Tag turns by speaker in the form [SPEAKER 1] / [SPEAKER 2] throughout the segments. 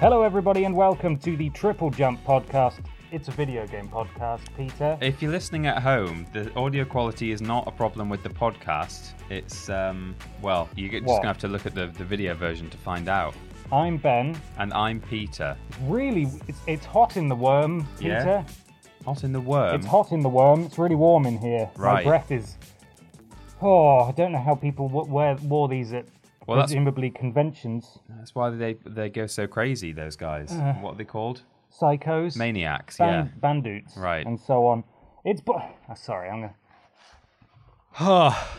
[SPEAKER 1] Hello, everybody, and welcome to the Triple Jump Podcast. It's a video game podcast, Peter.
[SPEAKER 2] If you're listening at home, the audio quality is not a problem with the podcast. It's um, well, you're just
[SPEAKER 1] What?
[SPEAKER 2] gonna have to look at the, the video version to find out.
[SPEAKER 1] I'm Ben.
[SPEAKER 2] And I'm Peter.
[SPEAKER 1] Really, it's, it's hot in the worm, Peter.
[SPEAKER 2] Yeah. Not in the worm.
[SPEAKER 1] It's hot in the worm. It's really warm in here. My
[SPEAKER 2] Right.
[SPEAKER 1] breath is. Oh, I don't know how people w- wear wore these at
[SPEAKER 2] Well, that's-
[SPEAKER 1] presumably conventions.
[SPEAKER 2] That's why they they go so crazy. Those guys.
[SPEAKER 1] Uh.
[SPEAKER 2] what are they called?
[SPEAKER 1] Psychos,
[SPEAKER 2] Maniacs.
[SPEAKER 1] ban- bandits,
[SPEAKER 2] Right.
[SPEAKER 1] and so on. It's but sorry, I'm gonna.
[SPEAKER 3] Ah,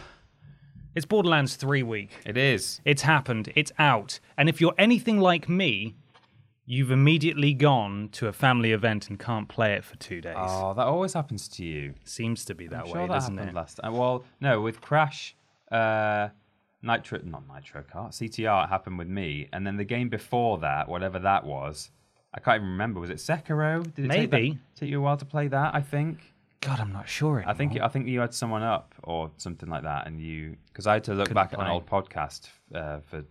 [SPEAKER 3] it's Borderlands 3 week.
[SPEAKER 2] yeah. It is.
[SPEAKER 3] It's happened, it's out. And if you're anything like me, you've immediately gone to a family event and can't play it for two days.
[SPEAKER 2] Oh, that always happens to you.
[SPEAKER 3] Seems to be that
[SPEAKER 2] I'm
[SPEAKER 3] way,
[SPEAKER 2] sure that
[SPEAKER 3] doesn't
[SPEAKER 2] happened
[SPEAKER 3] it?
[SPEAKER 2] last time. Uh, Well, no, with Crash, uh, Nitro, not Nitro Kart, CTR, it happened with me. And then the game before that, whatever that was, I can't even remember. Was it Sekiro? Did it take,
[SPEAKER 3] Maybe.
[SPEAKER 2] that- take you a while to play that? I think.
[SPEAKER 3] God, I'm not sure.
[SPEAKER 2] I think I think you had someone up or something like that, and you because I had to look
[SPEAKER 3] Couldn't
[SPEAKER 2] back at
[SPEAKER 3] play.
[SPEAKER 2] an old podcast uh, for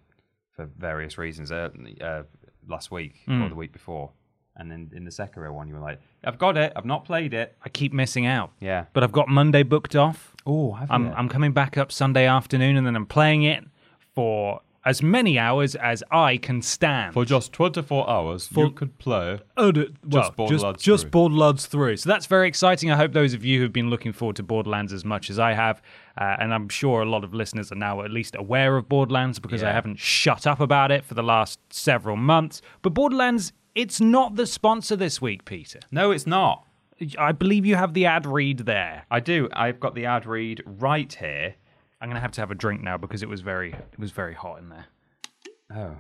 [SPEAKER 2] for various reasons uh, uh, last week
[SPEAKER 3] Hmm.
[SPEAKER 2] or the week before, and then in the Sekiro one, you were like, "I've got it, I've not played it."
[SPEAKER 3] I keep missing out.
[SPEAKER 2] Yeah.
[SPEAKER 3] But um, I've got Monday booked off.
[SPEAKER 2] Oh, have
[SPEAKER 3] I'm,
[SPEAKER 2] you?
[SPEAKER 3] I'm coming back up Sunday afternoon and then I'm playing it for as many hours as I can stand.
[SPEAKER 2] just 24 hours,
[SPEAKER 3] For-
[SPEAKER 2] could play.
[SPEAKER 3] Oh, d- well, just
[SPEAKER 2] Borderlands
[SPEAKER 3] Borderlands, just,
[SPEAKER 2] 3.
[SPEAKER 3] Borderlands 3. So that's very exciting. I hope those of you who've been looking forward to Borderlands as much as I have, uh, and I'm sure a lot of listeners are now at least aware of Borderlands because I
[SPEAKER 2] Yeah.
[SPEAKER 3] haven't shut up about it for the last several months. But Borderlands, it's not the sponsor this week, Peter.
[SPEAKER 2] No, it's not.
[SPEAKER 3] I believe you have the ad read there.
[SPEAKER 2] I do. I've got the ad read right here.
[SPEAKER 3] I'm gonna have to have a drink now because it was very it was very hot in there.
[SPEAKER 2] Oh,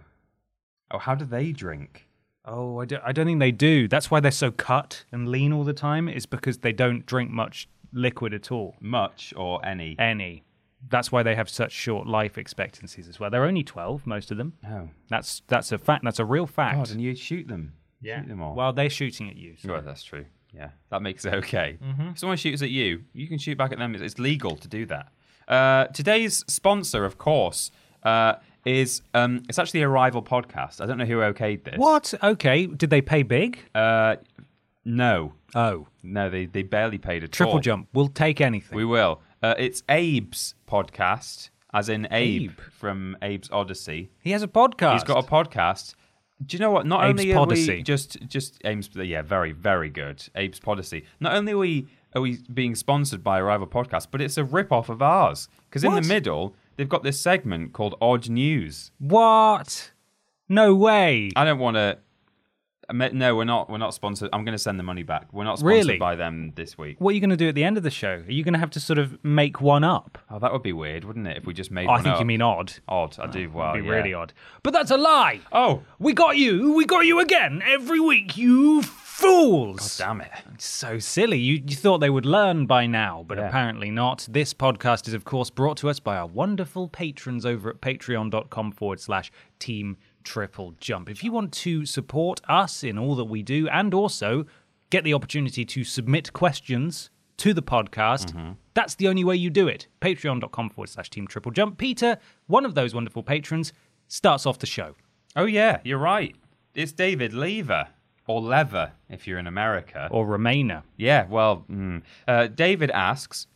[SPEAKER 2] oh, how do they drink?
[SPEAKER 3] Oh, I don't, I don't think they do. That's why they're so cut and lean all the time. Is because they don't drink much liquid at all.
[SPEAKER 2] Much or any?
[SPEAKER 3] any. That's why they have such short life expectancies as well. They're only twelve, most of them.
[SPEAKER 2] Oh,
[SPEAKER 3] That's that's a fact. That's a real
[SPEAKER 2] God,
[SPEAKER 3] fact.
[SPEAKER 2] and you shoot them. Shoot them all.
[SPEAKER 3] While they're shooting at you. so-
[SPEAKER 2] Well, that's true. Yeah, that makes it okay. If someone shoots at you, you can shoot back at them. It's- It's legal to do that. Uh, today's sponsor, of course, uh, is um, it's actually a rival podcast. I don't know who okayed this.
[SPEAKER 3] What? Okay. Did they pay big?
[SPEAKER 2] Uh, no, Uh,
[SPEAKER 3] oh,
[SPEAKER 2] no, they they barely paid at
[SPEAKER 3] triple
[SPEAKER 2] all.
[SPEAKER 3] jump. We'll take anything.
[SPEAKER 2] We will. Uh, it's Abe's podcast, as in Abe,
[SPEAKER 3] Abe.
[SPEAKER 2] from Abe's Odyssey.
[SPEAKER 3] he has a podcast.
[SPEAKER 2] He's got a podcast. Do you know what? Not
[SPEAKER 3] Abe's
[SPEAKER 2] only are we
[SPEAKER 3] Podacy.
[SPEAKER 2] just just Abe's, yeah, very very good. Abe's Podacy. Not only are we are we being sponsored by a rival podcast, but it's a rip off of ours because in the
[SPEAKER 3] What?
[SPEAKER 2] middle they've got this segment called Odd News.
[SPEAKER 3] what? No way.
[SPEAKER 2] I don't want to. No, we're not. We're not sponsored. I'm going to send the money back. We're not sponsored
[SPEAKER 3] Really?
[SPEAKER 2] by them this week.
[SPEAKER 3] what are you going to do at the end of the show? Are you going to have to sort of make one up?
[SPEAKER 2] Oh, that would be weird, wouldn't it? If we just made.
[SPEAKER 3] Oh, I
[SPEAKER 2] one
[SPEAKER 3] think you
[SPEAKER 2] up?
[SPEAKER 3] mean odd.
[SPEAKER 2] odd. I do. Well,
[SPEAKER 3] It'd be
[SPEAKER 2] yeah.
[SPEAKER 3] really odd. But that's a lie.
[SPEAKER 2] Oh,
[SPEAKER 3] We got you. We got you again every week. You fools.
[SPEAKER 2] damn it!
[SPEAKER 3] So silly. You, you thought they would learn by now, but
[SPEAKER 2] Yeah.
[SPEAKER 3] apparently not. This podcast is, of course, brought to us by our wonderful patrons over at patreon.com forward slash team triple jump. If you want to support us in all that we do and also get the opportunity to submit questions to the podcast, that's the only way you do it. Patreon.com forward slash team triple jump. Peter, one of those wonderful patrons, starts off the show.
[SPEAKER 2] Oh yeah, you're right. It's David Lever. or leather if you're in America.
[SPEAKER 3] or Remainer.
[SPEAKER 2] Yeah, well, mm. uh, David asks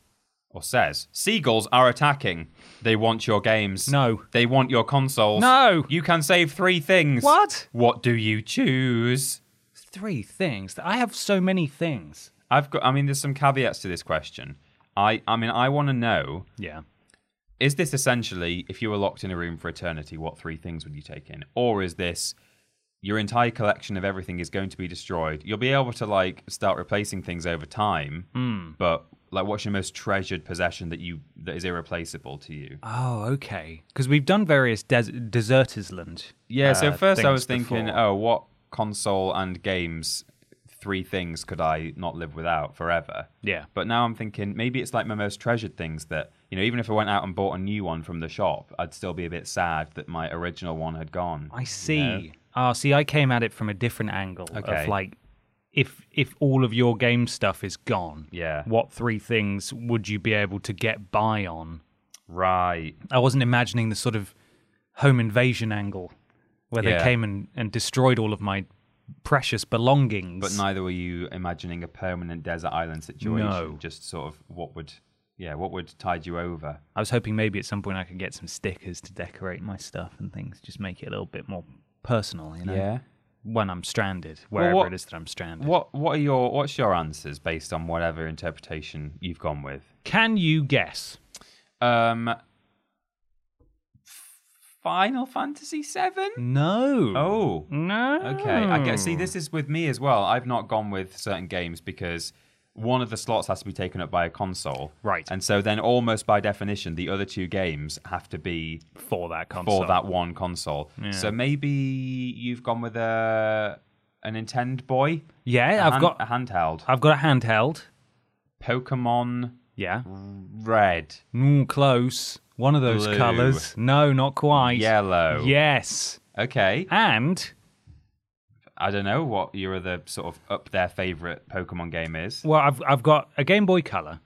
[SPEAKER 2] or says, Seagulls are attacking. They want your games.
[SPEAKER 3] No.
[SPEAKER 2] They want your consoles.
[SPEAKER 3] No.
[SPEAKER 2] You can save three things.
[SPEAKER 3] What?
[SPEAKER 2] What do you choose?
[SPEAKER 3] Three things. I have so many things.
[SPEAKER 2] I've got, I mean, there's some caveats to this question. I, I mean, I want to know
[SPEAKER 3] Yeah.
[SPEAKER 2] is this essentially if you were locked in a room for eternity what three things would you take in or is this your entire collection of everything is going to be destroyed you'll be able to like start replacing things over time but like what's your most treasured possession that you that is irreplaceable to you
[SPEAKER 3] Oh, okay. Because we've done various des- Deserters Land.
[SPEAKER 2] yeah so
[SPEAKER 3] uh,
[SPEAKER 2] first i
[SPEAKER 3] things
[SPEAKER 2] was thinking
[SPEAKER 3] before.
[SPEAKER 2] oh what console and games three things could i not live without forever
[SPEAKER 3] Yeah.
[SPEAKER 2] but now i'm thinking maybe it's like my most treasured things that you know even if i went out and bought a new one from the shop i'd still be a bit sad that my original one had gone
[SPEAKER 3] I see. Ah, see, I came at it from a different angle
[SPEAKER 2] Okay.
[SPEAKER 3] of like, if if all of your game stuff is gone,
[SPEAKER 2] Yeah.
[SPEAKER 3] what three things would you be able to get by on?
[SPEAKER 2] Right.
[SPEAKER 3] I wasn't imagining the sort of home invasion angle where
[SPEAKER 2] Yeah.
[SPEAKER 3] they came and, and destroyed all of my precious belongings.
[SPEAKER 2] But neither were you imagining a permanent desert island situation.
[SPEAKER 3] No.
[SPEAKER 2] Just sort of what would yeah, what would tide you over?
[SPEAKER 3] I was hoping maybe at some point I could get some stickers to decorate my stuff and things, just make it a little bit more personal, you know? When I'm stranded, wherever
[SPEAKER 2] what-
[SPEAKER 3] it is that I'm stranded.
[SPEAKER 2] What what are your what's your answers based on whatever interpretation you've gone with?
[SPEAKER 3] Can you guess?
[SPEAKER 2] Um Final Fantasy VII?
[SPEAKER 3] No.
[SPEAKER 2] Oh.
[SPEAKER 3] No.
[SPEAKER 2] Okay, I guess.
[SPEAKER 3] Hmm.
[SPEAKER 2] See, this is with me as well. I've not gone with certain games because one of the slots has to be taken up by a console,
[SPEAKER 3] Right.
[SPEAKER 2] And so then, almost by definition, the other two games have to be
[SPEAKER 3] for that console.
[SPEAKER 2] for that one console. So maybe you've gone with a a Nintendo Boy.
[SPEAKER 3] Yeah,
[SPEAKER 2] i
[SPEAKER 3] I've got
[SPEAKER 2] a handheld
[SPEAKER 3] I've got a handheld.
[SPEAKER 2] Pokemon
[SPEAKER 3] Yeah.
[SPEAKER 2] Red.
[SPEAKER 3] Mm, close. One of those
[SPEAKER 2] Blue.
[SPEAKER 3] colors. No, not quite.
[SPEAKER 2] Yellow.
[SPEAKER 3] Yes.
[SPEAKER 2] Okay,
[SPEAKER 3] And
[SPEAKER 2] I don't know what your other sort of up there favorite Pokemon game is.
[SPEAKER 3] well, I've I've got a Game Boy Color,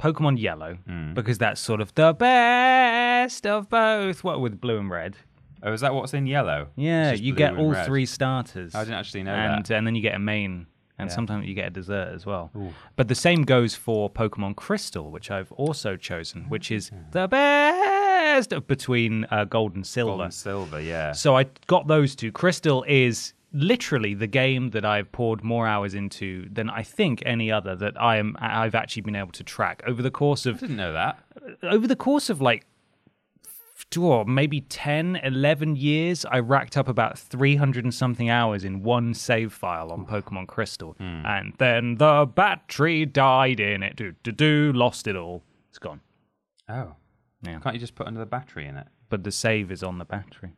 [SPEAKER 3] Pokemon Yellow,
[SPEAKER 2] Mm.
[SPEAKER 3] because that's sort of the best of both. What with blue and red.
[SPEAKER 2] Oh, is that what's in yellow?
[SPEAKER 3] Yeah,
[SPEAKER 2] It's just
[SPEAKER 3] you
[SPEAKER 2] blue
[SPEAKER 3] get
[SPEAKER 2] and
[SPEAKER 3] all
[SPEAKER 2] red.
[SPEAKER 3] three starters.
[SPEAKER 2] I didn't actually know
[SPEAKER 3] and,
[SPEAKER 2] that.
[SPEAKER 3] And then you get a main, and sometimes you get a dessert as well. But the same goes for Pokemon Crystal, which I've also chosen, which is
[SPEAKER 2] Hmm.
[SPEAKER 3] the best of between uh, gold and silver.
[SPEAKER 2] Gold and silver, yeah.
[SPEAKER 3] So I got those two. Crystal is literally the game that I've poured more hours into than I think any other that I am I've actually been able to track over the course of
[SPEAKER 2] Didn't know that.
[SPEAKER 3] over the course of like two or maybe 10 11 years i racked up about 300 and something hours in one save file on pokemon crystal and then the battery died in it do do do lost it all it's gone
[SPEAKER 2] Oh.
[SPEAKER 3] Yeah.
[SPEAKER 2] Can't you just put another battery in it?
[SPEAKER 3] but the save is on the battery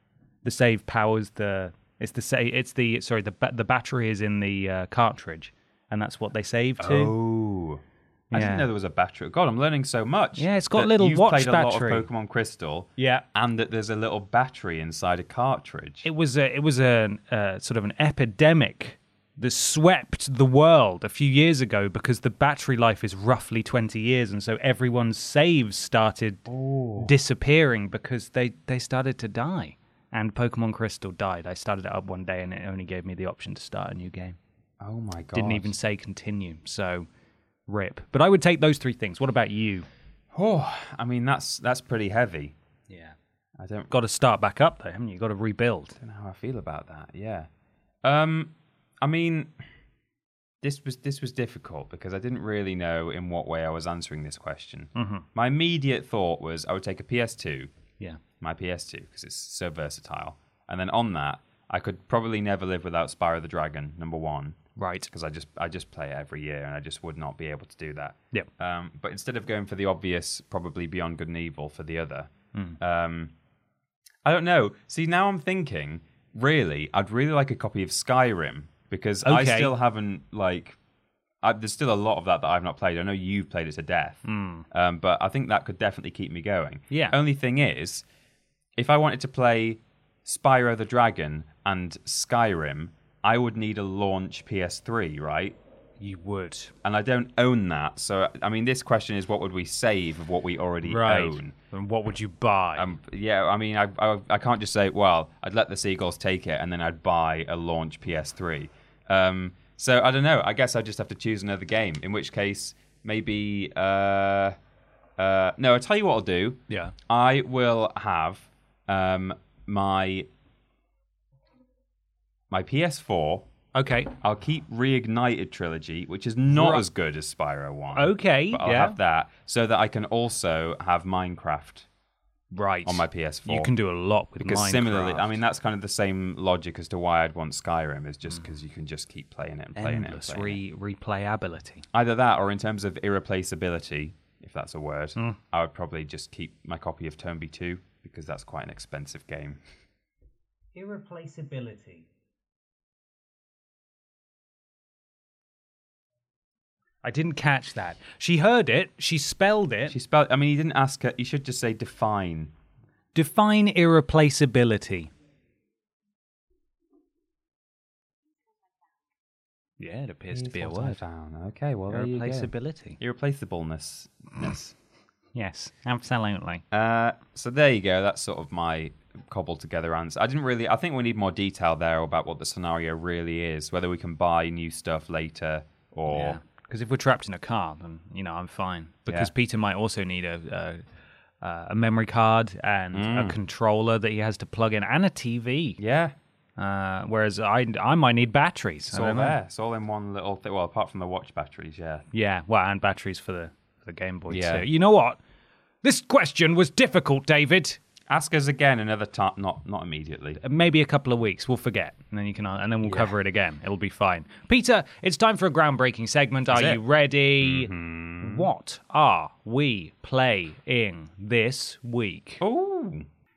[SPEAKER 3] the save powers the it's the save it's the sorry the ba- the battery is in the uh, cartridge and that's what they save to
[SPEAKER 2] Oh. I
[SPEAKER 3] Yeah.
[SPEAKER 2] didn't know there was a battery. God, I'm learning so much.
[SPEAKER 3] Yeah, it's got
[SPEAKER 2] that
[SPEAKER 3] little
[SPEAKER 2] you've
[SPEAKER 3] watch
[SPEAKER 2] played
[SPEAKER 3] battery.
[SPEAKER 2] a lot of Pokemon Crystal.
[SPEAKER 3] Yeah.
[SPEAKER 2] And that there's a little battery inside a cartridge.
[SPEAKER 3] it was a it was a uh, sort of an epidemic that swept the world a few years ago because the battery life is roughly 20 years and so everyone's saves started disappearing because they they started to die and pokemon crystal died i started it up one day and it only gave me the option to start a new game
[SPEAKER 2] oh my god.
[SPEAKER 3] didn't even say continue so rip but i would take those three things what about you
[SPEAKER 2] Oh, I mean that's that's pretty heavy.
[SPEAKER 3] yeah
[SPEAKER 2] I don't
[SPEAKER 3] got to start back up though haven't you got to rebuild
[SPEAKER 2] don't know how I feel about that. Yeah. Um I mean this was this was difficult because I didn't really know in what way I was answering this question.
[SPEAKER 3] Mm-hmm.
[SPEAKER 2] My immediate thought was I would take a PS2
[SPEAKER 3] yeah
[SPEAKER 2] my PS2 because it's so versatile. And then on that, I could probably never live without Spyro the Dragon number one
[SPEAKER 3] right
[SPEAKER 2] because I just I just play it every year and I just would not be able to do that.
[SPEAKER 3] Yep.
[SPEAKER 2] Um, but instead of going for the obvious, probably Beyond Good and Evil for the other.
[SPEAKER 3] Hmm.
[SPEAKER 2] Um, I don't know. See, now I'm thinking. Really, I'd really like a copy of Skyrim because I
[SPEAKER 3] Okay.
[SPEAKER 2] still haven't like. I, there's still a lot of that that I've not played. I know you've played it to death, um, but I think that could definitely keep me going.
[SPEAKER 3] Hmm. Yeah.
[SPEAKER 2] Only thing is, if I wanted to play Spyro the Dragon and Skyrim, I would need a launch PS3, right?
[SPEAKER 3] you would
[SPEAKER 2] And I don't own that. So, I mean, this question is what would we save of what we already own?
[SPEAKER 3] And what would you buy?
[SPEAKER 2] Um, yeah, I mean, I, I, I can't just say, well, I'd let the Seagulls take it and then I'd buy a launch PS3. Um, so I don't know. I guess I just have to choose another game. In which case, maybe. Uh, uh, no, I'll tell you what I'll do.
[SPEAKER 3] Yeah.
[SPEAKER 2] I will have um, my my PS4.
[SPEAKER 3] Okay.
[SPEAKER 2] I'll keep Reignited Trilogy, which is not
[SPEAKER 3] Right.
[SPEAKER 2] as good as Spyro 1.
[SPEAKER 3] Okay,
[SPEAKER 2] But I'll
[SPEAKER 3] yeah.
[SPEAKER 2] have that so that I can also have Minecraft
[SPEAKER 3] Right.
[SPEAKER 2] on my PS4.
[SPEAKER 3] You can do a lot with
[SPEAKER 2] because
[SPEAKER 3] Minecraft.
[SPEAKER 2] similarly, I mean, that's kind of the same logic as to why I'd want Skyrim, is just because you can just keep playing it and playing
[SPEAKER 3] Hmm. endless
[SPEAKER 2] it. And playing it.
[SPEAKER 3] re- replayability.
[SPEAKER 2] Either that or in terms of irreplaceability, if that's a word,
[SPEAKER 3] Hmm.
[SPEAKER 2] I would probably just keep my copy of Turnby 2 because that's quite an expensive game.
[SPEAKER 4] Irreplaceability.
[SPEAKER 3] I didn't catch that. She heard it. She spelled it.
[SPEAKER 2] She spelled, I mean, you didn't ask her, you should just say define.
[SPEAKER 3] Define irreplaceability. Yeah, it appears to be a
[SPEAKER 2] Here's what I
[SPEAKER 3] word.
[SPEAKER 2] found. Okay, well, there you go.
[SPEAKER 3] Irreplaceability.
[SPEAKER 2] Irreplaceableness. Yes.
[SPEAKER 3] Yes, absolutely.
[SPEAKER 2] Uh, so there you go. That's sort of my cobbled together answer. I didn't really. I think we need more detail there about what the scenario really is. Whether we can buy new stuff later or
[SPEAKER 3] Yeah. Because if we're trapped in a car, then you know I'm fine. Because
[SPEAKER 2] Yeah.
[SPEAKER 3] Peter might also need a a, uh, a memory card and a controller that he has to plug in and a TV.
[SPEAKER 2] yeah,
[SPEAKER 3] Uh, whereas I I might need batteries.
[SPEAKER 2] it's
[SPEAKER 3] I
[SPEAKER 2] all
[SPEAKER 3] don't know.
[SPEAKER 2] there. It's all in one little thing. Well, apart from the watch batteries, yeah.
[SPEAKER 3] Yeah, well, and batteries for the for the Game Boy
[SPEAKER 2] Yeah.
[SPEAKER 3] too. You know what? This question was difficult, David.
[SPEAKER 2] Ask us again another time. Not not immediately.
[SPEAKER 3] maybe a couple of weeks. We'll forget, and then you can, and then we'll cover it again. It'll be fine. Peter, it's time for a groundbreaking segment. Are
[SPEAKER 2] it? Mm-hmm.
[SPEAKER 3] you ready? What are we playing this week?
[SPEAKER 2] Oh,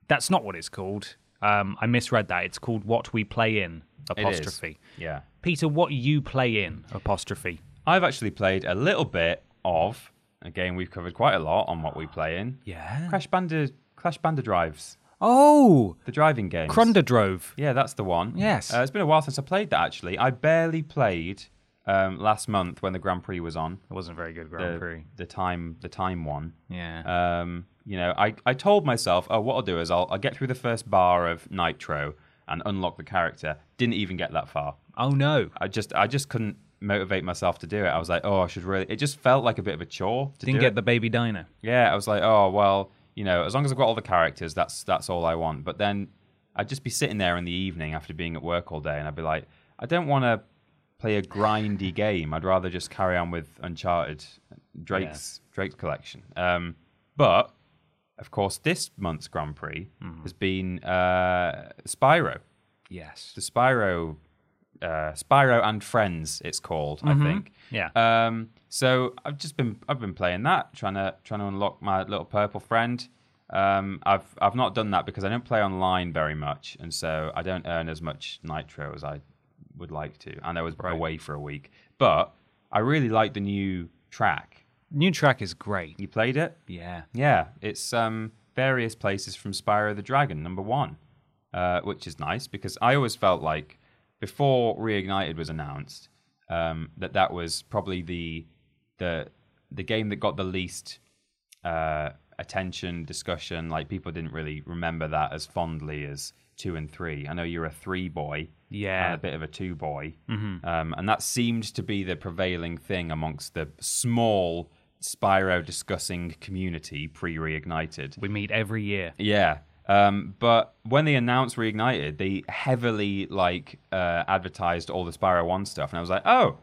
[SPEAKER 3] That's not what it's called. Um, I misread that. It's called what we play in apostrophe.
[SPEAKER 2] Yeah,
[SPEAKER 3] Peter, what you play in apostrophe?
[SPEAKER 2] I've actually played a little bit of a game we've covered quite a lot on what we play in.
[SPEAKER 3] Yeah.
[SPEAKER 2] Crash Bandit, Crash Bandit Drives,
[SPEAKER 3] Oh,
[SPEAKER 2] the driving game.
[SPEAKER 3] Crunderdrove.
[SPEAKER 2] Yeah, that's the one.
[SPEAKER 3] Yes.
[SPEAKER 2] Uh, it's been a while since I played that, actually. I barely played um, last month when the Grand Prix was on.
[SPEAKER 3] It wasn't very good
[SPEAKER 2] The,
[SPEAKER 3] Grand Prix. Uh,
[SPEAKER 2] the time the time one.
[SPEAKER 3] Yeah.
[SPEAKER 2] Um, you know, I, I told myself, oh, what I'll do is I'll, I'll get through the first bar of Nitro and unlock the character. Didn't even get that far.
[SPEAKER 3] oh no.
[SPEAKER 2] I just I just couldn't motivate myself to do it. I was like, oh, I should really. It just felt like a bit of a chore. To
[SPEAKER 3] Didn't
[SPEAKER 2] do
[SPEAKER 3] get
[SPEAKER 2] it.
[SPEAKER 3] the baby diner.
[SPEAKER 2] Yeah, I was like, oh well, you know, as long as I've got all the characters, that's that's all I want. But then I'd just be sitting there in the evening after being at work all day, and I'd be like, I don't want to play a grindy game. I'd rather just carry on with Uncharted, Drake's Drake's collection. Um, but of course, this month's Grand Prix has been uh, Spyro
[SPEAKER 3] Yes.
[SPEAKER 2] the Spyro, uh, Spyro and Friends. It's called, I think.
[SPEAKER 3] Yeah. Uh,
[SPEAKER 2] Um, so I've just been I've been playing that, trying to trying to unlock my little purple friend. Um, I've I've not done that because I don't play online very much, and so I don't earn as much nitro as I would like to. And I was away for a week, but I really like the new track.
[SPEAKER 3] New track is great.
[SPEAKER 2] You played it?
[SPEAKER 3] Yeah.
[SPEAKER 2] Yeah, it's um, various places from Spyro the Dragon, number one, uh, which is nice because I always felt like before Reignited was announced um, that that was probably the the the game that got the least uh, attention, discussion. Like people didn't really remember that as fondly as two and three. I know you're a three boy,
[SPEAKER 3] Yeah.
[SPEAKER 2] and a bit of a two boy, um, and that seemed to be the prevailing thing amongst the small Spyro discussing community pre-reignited.
[SPEAKER 3] We meet every year.
[SPEAKER 2] Yeah. Um, but when they announced Reignited, they heavily like uh, advertised all the Spyro One stuff, and I was like, oh,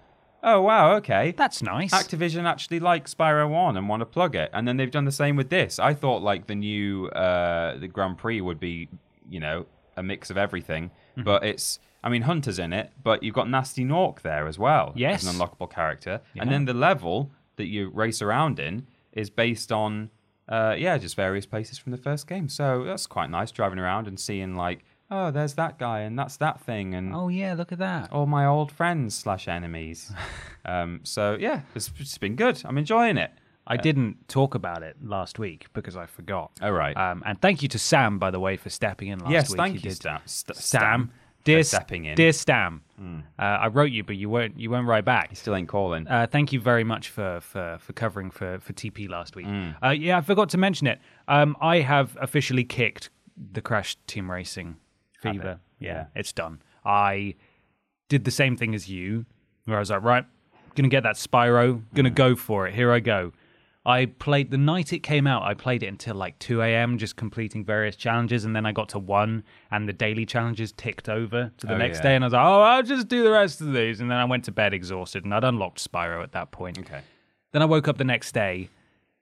[SPEAKER 2] oh wow, okay.
[SPEAKER 3] That's nice.
[SPEAKER 2] Activision actually like Spyro One and want to plug it, and then they've done the same with this. I thought like the new uh, the Grand Prix would be, you know, a mix of everything,
[SPEAKER 3] Mm-hmm.
[SPEAKER 2] but it's. I mean, Hunter's in it, but you've got Nasty Nork there as well.
[SPEAKER 3] Yes.
[SPEAKER 2] as an unlockable character, and then the level that you race around in is based on, uh, yeah, just various places from the first game. So that's quite nice driving around and seeing like, oh, there's that guy and that's that thing, and
[SPEAKER 3] oh yeah, look at that.
[SPEAKER 2] all my old friends slash enemies. um, so yeah, it's, it's been good. I'm enjoying it.
[SPEAKER 3] I didn't talk about it last week because I forgot.
[SPEAKER 2] All Oh, right.
[SPEAKER 3] Um, and thank you to Sam, by the way, for stepping in last
[SPEAKER 2] yes,
[SPEAKER 3] week.
[SPEAKER 2] thank
[SPEAKER 3] He
[SPEAKER 2] you,
[SPEAKER 3] did.
[SPEAKER 2] Stam. St-
[SPEAKER 3] Sam,
[SPEAKER 2] for
[SPEAKER 3] dear,
[SPEAKER 2] stepping in. Mm.
[SPEAKER 3] dear Stam, uh, I wrote you, but you weren't you weren't right back.
[SPEAKER 2] Still ain't calling.
[SPEAKER 3] Uh, thank you very much for for, for covering for, for TP last week.
[SPEAKER 2] Mm.
[SPEAKER 3] Uh, yeah, I forgot to mention it. Um, I have officially kicked the Crash Team Racing fever.
[SPEAKER 2] Yeah.
[SPEAKER 3] it's done. I did the same thing as you, where I was like, right, gonna get that Spyro, gonna go for it. Here I go. I played the night it came out. I played it until like 2 a.m., just completing various challenges, and then I got to one, and the daily challenges ticked over to the
[SPEAKER 2] Oh,
[SPEAKER 3] next
[SPEAKER 2] yeah.
[SPEAKER 3] day, and I was like, oh, I'll just do the rest of these, and then I went to bed exhausted, and I'd unlocked Spyro at that point.
[SPEAKER 2] Okay.
[SPEAKER 3] Then I woke up the next day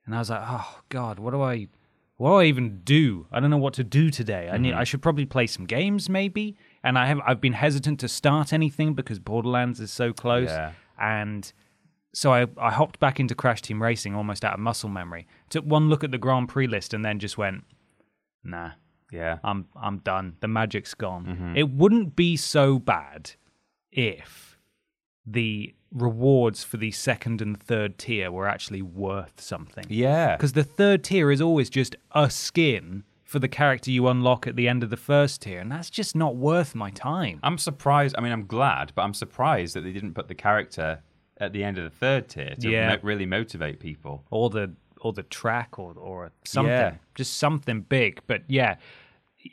[SPEAKER 3] and I was like, oh God, what do I what do I even do? I don't know what to do today. I need
[SPEAKER 2] Mm-hmm.
[SPEAKER 3] I should probably play some games maybe. And I have I've been hesitant to start anything because Borderlands is so close.
[SPEAKER 2] Yeah.
[SPEAKER 3] And so I, I hopped back into Crash Team Racing almost out of muscle memory. Took one look at the Grand Prix list and then just went, nah.
[SPEAKER 2] Yeah.
[SPEAKER 3] I'm I'm done. The magic's gone. It wouldn't be so bad if the rewards for the second and third tier were actually worth something.
[SPEAKER 2] Yeah.
[SPEAKER 3] Because the third tier is always just a skin for the character you unlock at the end of the first tier, and that's just not worth my time.
[SPEAKER 2] I'm surprised. I mean, I'm glad, but I'm surprised that they didn't put the character at the end of the third tier to
[SPEAKER 3] Yeah.
[SPEAKER 2] mo- really motivate people.
[SPEAKER 3] or the or the track or or something,
[SPEAKER 2] Yeah.
[SPEAKER 3] just something big. But yeah,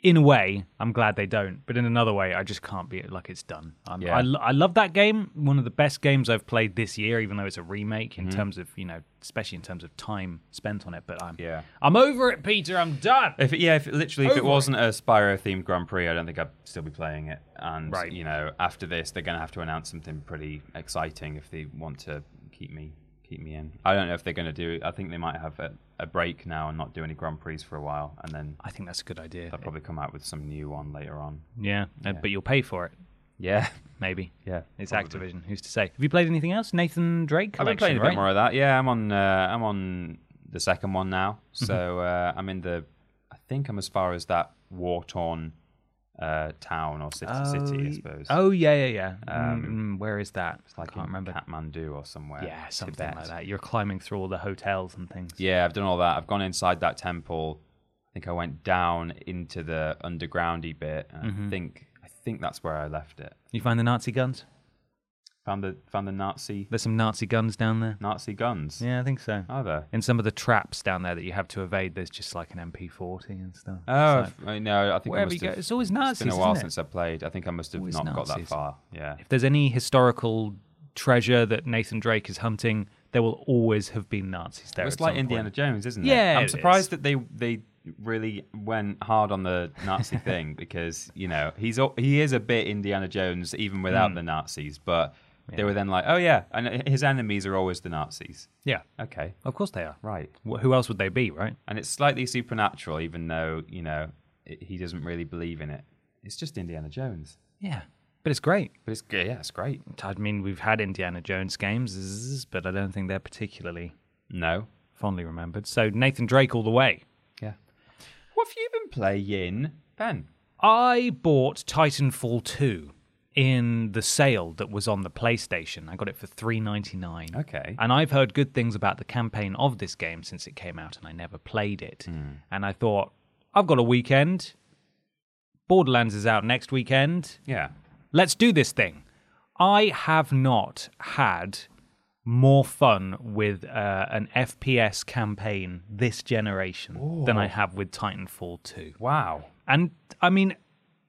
[SPEAKER 3] in a way, I'm glad they don't. But in another way, I just can't be like it's done. I'm,
[SPEAKER 2] Yeah.
[SPEAKER 3] I lo- I love that game. One of the best games I've played this year, even though it's a remake
[SPEAKER 2] Mm-hmm.
[SPEAKER 3] in terms of you know, especially in terms of time spent on it. But I'm
[SPEAKER 2] Yeah.
[SPEAKER 3] I'm over it, Peter. I'm done.
[SPEAKER 2] If it, yeah, if it, literally, if it
[SPEAKER 3] Over
[SPEAKER 2] wasn't a Spyro themed Grand Prix, I don't think I'd still be playing it. And
[SPEAKER 3] Right.
[SPEAKER 2] you know, after this, they're going to have to announce something pretty exciting if they want to keep me keep me in. I don't know if they're going to do. I think they might have a, a break now and not do any Grand Prix for a while, and then
[SPEAKER 3] I think that's a good idea.
[SPEAKER 2] they'll probably come out with some new one later on.
[SPEAKER 3] Yeah, uh, but you'll pay for it,
[SPEAKER 2] Yeah,
[SPEAKER 3] maybe.
[SPEAKER 2] yeah,
[SPEAKER 3] It's
[SPEAKER 2] probably.
[SPEAKER 3] Activision. Who's to say? Have you played anything else? Nathan Drake.
[SPEAKER 2] I've been
[SPEAKER 3] collection,
[SPEAKER 2] playing a
[SPEAKER 3] right?
[SPEAKER 2] bit more of that. Yeah, I'm on. Uh, I'm on the second one now.
[SPEAKER 3] Mm-hmm.
[SPEAKER 2] So uh, I'm in the. I think I'm as far as that war torn uh, town or city. city, I
[SPEAKER 3] y-
[SPEAKER 2] suppose.
[SPEAKER 3] Oh yeah, yeah, yeah. Mm, where is that?
[SPEAKER 2] It's like
[SPEAKER 3] I can't
[SPEAKER 2] in
[SPEAKER 3] remember.
[SPEAKER 2] Kathmandu or somewhere.
[SPEAKER 3] yeah, something
[SPEAKER 2] Tibet.
[SPEAKER 3] like that. You're climbing through all the hotels and things.
[SPEAKER 2] Yeah, I've done all that. I've gone inside that temple. I think I went down into the undergroundy bit. And
[SPEAKER 3] Mm-hmm.
[SPEAKER 2] I think I think that's where I left it.
[SPEAKER 3] You find the Nazi guns?
[SPEAKER 2] Found the found the Nazi
[SPEAKER 3] There's some Nazi guns down there.
[SPEAKER 2] Nazi guns.
[SPEAKER 3] Yeah, I think so.
[SPEAKER 2] Are there?
[SPEAKER 3] In some of the traps down there that you have to evade, there's just like an MP40 and stuff.
[SPEAKER 2] Oh
[SPEAKER 3] It's
[SPEAKER 2] I've- I know. I think I
[SPEAKER 3] wherever
[SPEAKER 2] must
[SPEAKER 3] you go,
[SPEAKER 2] have-
[SPEAKER 3] it's always
[SPEAKER 2] It's been
[SPEAKER 3] Nazis,
[SPEAKER 2] a while
[SPEAKER 3] isn't it?
[SPEAKER 2] since I played. I think I must have
[SPEAKER 3] Always
[SPEAKER 2] not got that
[SPEAKER 3] Nazis.
[SPEAKER 2] far. Yeah.
[SPEAKER 3] if there's any historical treasure that Nathan Drake is hunting, there will always have been Nazis there.
[SPEAKER 2] It's
[SPEAKER 3] at
[SPEAKER 2] like
[SPEAKER 3] some
[SPEAKER 2] Indiana
[SPEAKER 3] point.
[SPEAKER 2] Jones, isn't it?
[SPEAKER 3] Yeah,
[SPEAKER 2] I'm
[SPEAKER 3] it
[SPEAKER 2] surprised
[SPEAKER 3] is.
[SPEAKER 2] that they they really went hard on the Nazi thing because you know he's al- he is a bit Indiana Jones even
[SPEAKER 3] Hmm.
[SPEAKER 2] without the Nazis, but they were then like, oh yeah, and his enemies are always the Nazis.
[SPEAKER 3] Yeah,
[SPEAKER 2] Okay,
[SPEAKER 3] of course they are.
[SPEAKER 2] right,
[SPEAKER 3] Wh- Who else would they be, right?
[SPEAKER 2] and it's slightly supernatural, even though you know it, he doesn't really believe in it. It's just Indiana Jones,
[SPEAKER 3] Yeah, but it's great.
[SPEAKER 2] but it's g- yeah, it's great.
[SPEAKER 3] I mean, we've had Indiana Jones games, but I don't think they're particularly
[SPEAKER 2] No,
[SPEAKER 3] fondly remembered. So Nathan Drake all the way.
[SPEAKER 2] yeah. What have you been playing, Ben?
[SPEAKER 3] I bought Titanfall 2 in the sale that was on the PlayStation. I got it for 3.99.
[SPEAKER 2] Okay.
[SPEAKER 3] And I've heard good things about the campaign of this game since it came out and I never played it. And I thought I've got a weekend. Borderlands is out next weekend.
[SPEAKER 2] Yeah,
[SPEAKER 3] Let's do this thing. I have not had more fun with uh, an FPS campaign this generation than I have with Titanfall 2.
[SPEAKER 2] wow.
[SPEAKER 3] And I mean,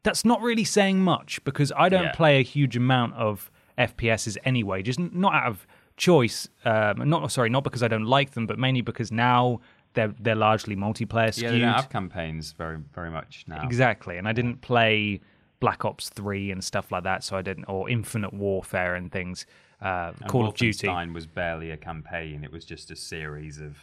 [SPEAKER 3] that's not really saying much because I don't
[SPEAKER 2] Yeah.
[SPEAKER 3] play a huge amount of FPSs anyway, just n- not out of choice. Um, not sorry, not because I don't like them, but mainly because now they're they're largely multiplayer skewed.
[SPEAKER 2] Yeah, they don't have campaigns very very much now.
[SPEAKER 3] Exactly. And I didn't play Black Ops 3 and stuff like that, so I didn't, or Infinite Warfare and things, uh,
[SPEAKER 2] And
[SPEAKER 3] Call of Duty.
[SPEAKER 2] Wolfenstein was barely a campaign; it was just a series of.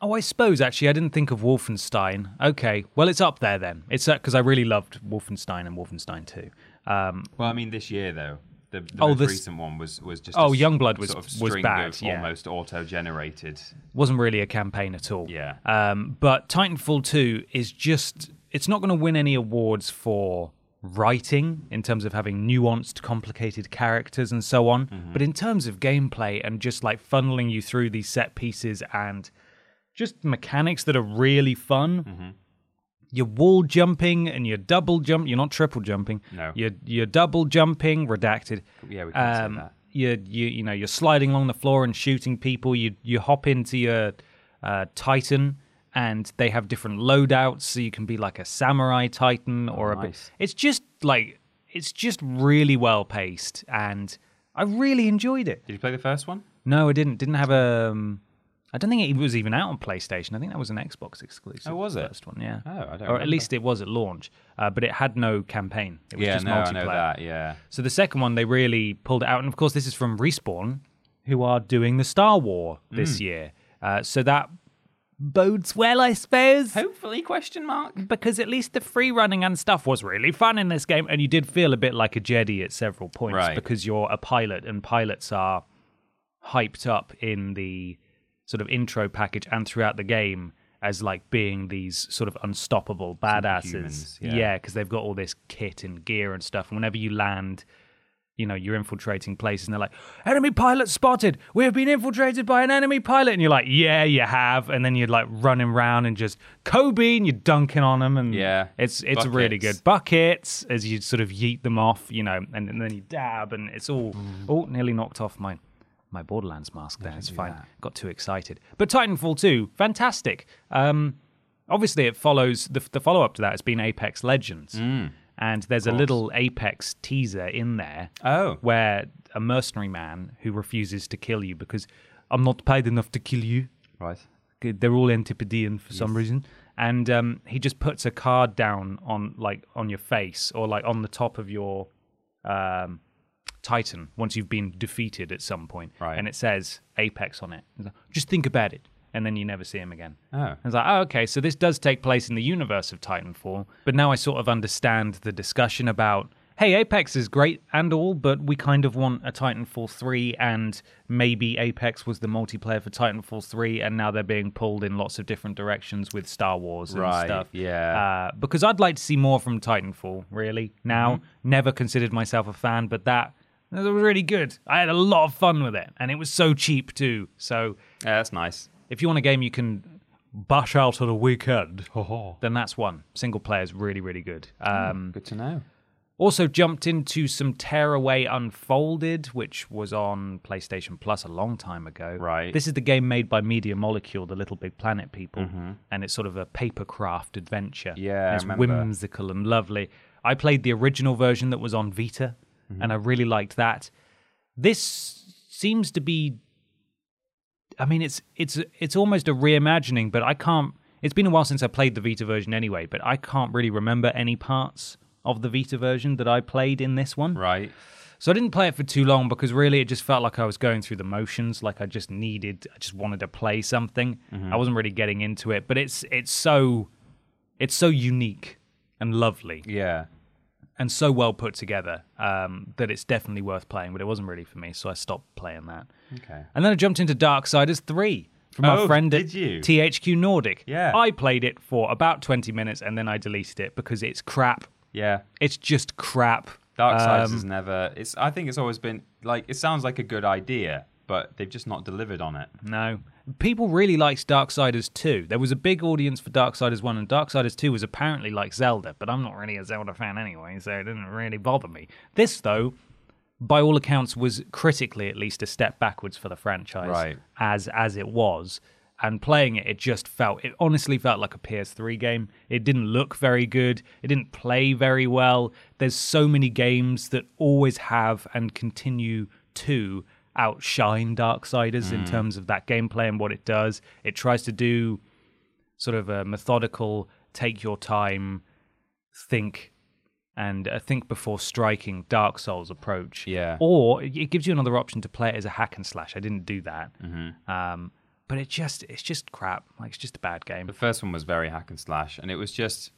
[SPEAKER 3] Oh, I suppose actually, I didn't think of Wolfenstein. Okay, well, it's up there then. It's because I really loved Wolfenstein and Wolfenstein 2. Um,
[SPEAKER 2] Well, I mean, this year though, the, the
[SPEAKER 3] Oh,
[SPEAKER 2] most
[SPEAKER 3] this-
[SPEAKER 2] recent one was was just.
[SPEAKER 3] Oh,
[SPEAKER 2] a s-
[SPEAKER 3] Youngblood was-
[SPEAKER 2] sort of
[SPEAKER 3] was
[SPEAKER 2] string
[SPEAKER 3] bad,
[SPEAKER 2] Of
[SPEAKER 3] yeah.
[SPEAKER 2] Almost auto-generated.
[SPEAKER 3] wasn't really a campaign at all.
[SPEAKER 2] Yeah.
[SPEAKER 3] Um, but Titanfall 2 is just, it's not going to win any awards for writing in terms of having nuanced, complicated characters and so on.
[SPEAKER 2] Mm-hmm.
[SPEAKER 3] But in terms of gameplay and just like funneling you through these set pieces and just mechanics that are really fun.
[SPEAKER 2] Mm-hmm.
[SPEAKER 3] You're wall jumping and you're double jump. You're not triple jumping.
[SPEAKER 2] No.
[SPEAKER 3] You're you're double jumping. Redacted Um,
[SPEAKER 2] Yeah, we can say that.
[SPEAKER 3] you you you know you're sliding along the floor and shooting people. You you hop into your uh, Titan and they have different loadouts, so you can be like a samurai Titan or a.
[SPEAKER 2] Oh, nice.
[SPEAKER 3] It's just like It's just really well paced, and I really enjoyed it.
[SPEAKER 2] Did you play the first one?
[SPEAKER 3] No, I didn't. Didn't have a. Um, I don't think it was even out on PlayStation. I think that was an Xbox exclusive.
[SPEAKER 2] Oh, was
[SPEAKER 3] the
[SPEAKER 2] it?
[SPEAKER 3] First one, yeah.
[SPEAKER 2] Oh, I don't
[SPEAKER 3] Or
[SPEAKER 2] remember.
[SPEAKER 3] at least it was at launch, uh, but it had no campaign. It was
[SPEAKER 2] yeah,
[SPEAKER 3] just
[SPEAKER 2] no,
[SPEAKER 3] multiplayer.
[SPEAKER 2] I know that. Yeah,
[SPEAKER 3] So the second one, they really pulled it out. And of course, this is from Respawn, who are doing the Star War
[SPEAKER 2] Mm.
[SPEAKER 3] this year. Uh, so that bodes well, I suppose.
[SPEAKER 2] hopefully? Question mark.
[SPEAKER 3] Because at least the free running and stuff was really fun in this game. And you did feel a bit like a Jedi at several points
[SPEAKER 2] Right.
[SPEAKER 3] because you're a pilot, and pilots are hyped up in the sort of intro package and throughout the game as like being these sort of unstoppable badasses.
[SPEAKER 2] Superhumans, yeah.
[SPEAKER 3] yeah, because they've got all this kit and gear and stuff. And whenever you land, you know, you're infiltrating places and they're like, enemy pilot spotted. We have been infiltrated by an enemy pilot. And you're like, yeah, you have. And then you're like running around and just Kobe and you're dunking on them. And
[SPEAKER 2] Yeah.
[SPEAKER 3] it's, it's really
[SPEAKER 2] Buckets.
[SPEAKER 3] good. Buckets as you sort of yeet them off, you know, and, and then you dab and it's all, oh, nearly knocked off my, my Borderlands mask there. It's fine. Got too excited. But Titanfall 2, fantastic. Um, obviously, it follows the, the follow up to that has been Apex Legends. and there's a little Apex teaser in there
[SPEAKER 2] Oh.
[SPEAKER 3] where a mercenary man who refuses to kill you because I'm not paid enough to kill you.
[SPEAKER 2] Right.
[SPEAKER 3] They're all Antipodean for some reason. And um, he just puts a card down on like on your face or like on the top of your um, Titan once you've been defeated at some point.
[SPEAKER 2] Right.
[SPEAKER 3] And it says Apex on it. It's like, just think about it. And then you never see him again.
[SPEAKER 2] Oh.
[SPEAKER 3] I was like, oh, okay, so this does take place in the universe of Titanfall, but now I sort of understand the discussion about, hey, Apex is great and all, but we kind of want a Titanfall 3, and maybe Apex was the multiplayer for Titanfall 3, and now they're being pulled in lots of different directions with Star Wars and
[SPEAKER 2] Right,
[SPEAKER 3] stuff.
[SPEAKER 2] yeah.
[SPEAKER 3] Uh, because I'd like to see more from Titanfall, really. Now,
[SPEAKER 2] Mm-hmm.
[SPEAKER 3] never considered myself a fan, but that. That was really good. I had a lot of fun with it, and it was so cheap too. So
[SPEAKER 2] Yeah, that's nice.
[SPEAKER 3] if you want a game you can bash out on a weekend, then that's one. Single player is really, really good. Um,
[SPEAKER 2] Good to know.
[SPEAKER 3] also, jumped into some Tearaway Unfolded, which was on PlayStation Plus a long time ago.
[SPEAKER 2] Right.
[SPEAKER 3] This is the game made by Media Molecule, the Little Big Planet people, and it's sort of a paper craft adventure.
[SPEAKER 2] Mm-hmm. Yeah, I
[SPEAKER 3] And it's
[SPEAKER 2] remember.
[SPEAKER 3] whimsical and lovely. I played the original version that was on Vita,
[SPEAKER 2] Mm-hmm.
[SPEAKER 3] and I really liked that. This seems to be I mean, it's it's it's almost a reimagining, but I can't. It's been a while since I played the Vita version anyway, but I can't really remember any parts of the Vita version that I played in this one.
[SPEAKER 2] Right.
[SPEAKER 3] So I didn't play it for too long because really it just felt like I was going through the motions. Like I just needed, I just wanted to play something. I wasn't really getting into it, but it's it's so it's so unique and lovely
[SPEAKER 2] Yeah.
[SPEAKER 3] and so well put together um, that it's definitely worth playing. But it wasn't really for me, so I stopped playing that.
[SPEAKER 2] Okay.
[SPEAKER 3] And then I jumped into Darksiders 3 from
[SPEAKER 2] Oh,
[SPEAKER 3] our friend at
[SPEAKER 2] did you?
[SPEAKER 3] THQ Nordic.
[SPEAKER 2] Yeah.
[SPEAKER 3] I played it for about 20 minutes and then I deleted it because it's crap.
[SPEAKER 2] Yeah.
[SPEAKER 3] It's just crap.
[SPEAKER 2] Dark Sides
[SPEAKER 3] Um,
[SPEAKER 2] has never. It's. I think it's always been like. It sounds like a good idea, but they've just not delivered on it.
[SPEAKER 3] No. People really liked Darksiders 2. There was a big audience for Darksiders 1, and Darksiders 2 was apparently like Zelda, but I'm not really a Zelda fan anyway, so it didn't really bother me. This, though, by all accounts, was critically at least a step backwards for the franchise
[SPEAKER 2] Right.
[SPEAKER 3] as as it was. And playing it, it just felt, it honestly felt like a PS3 game. It didn't look very good. It didn't play very well. There's so many games that always have and continue to outshine Darksiders in terms of that gameplay and what it does. It tries to do sort of a methodical, take your time, think and uh, think before striking Dark Souls approach.
[SPEAKER 2] Yeah.
[SPEAKER 3] Or it it gives you another option to play it as a hack and slash. I didn't do that. Um, but it just it's just crap. Like it's just a bad game.
[SPEAKER 2] The first one was very hack and slash, and it was just.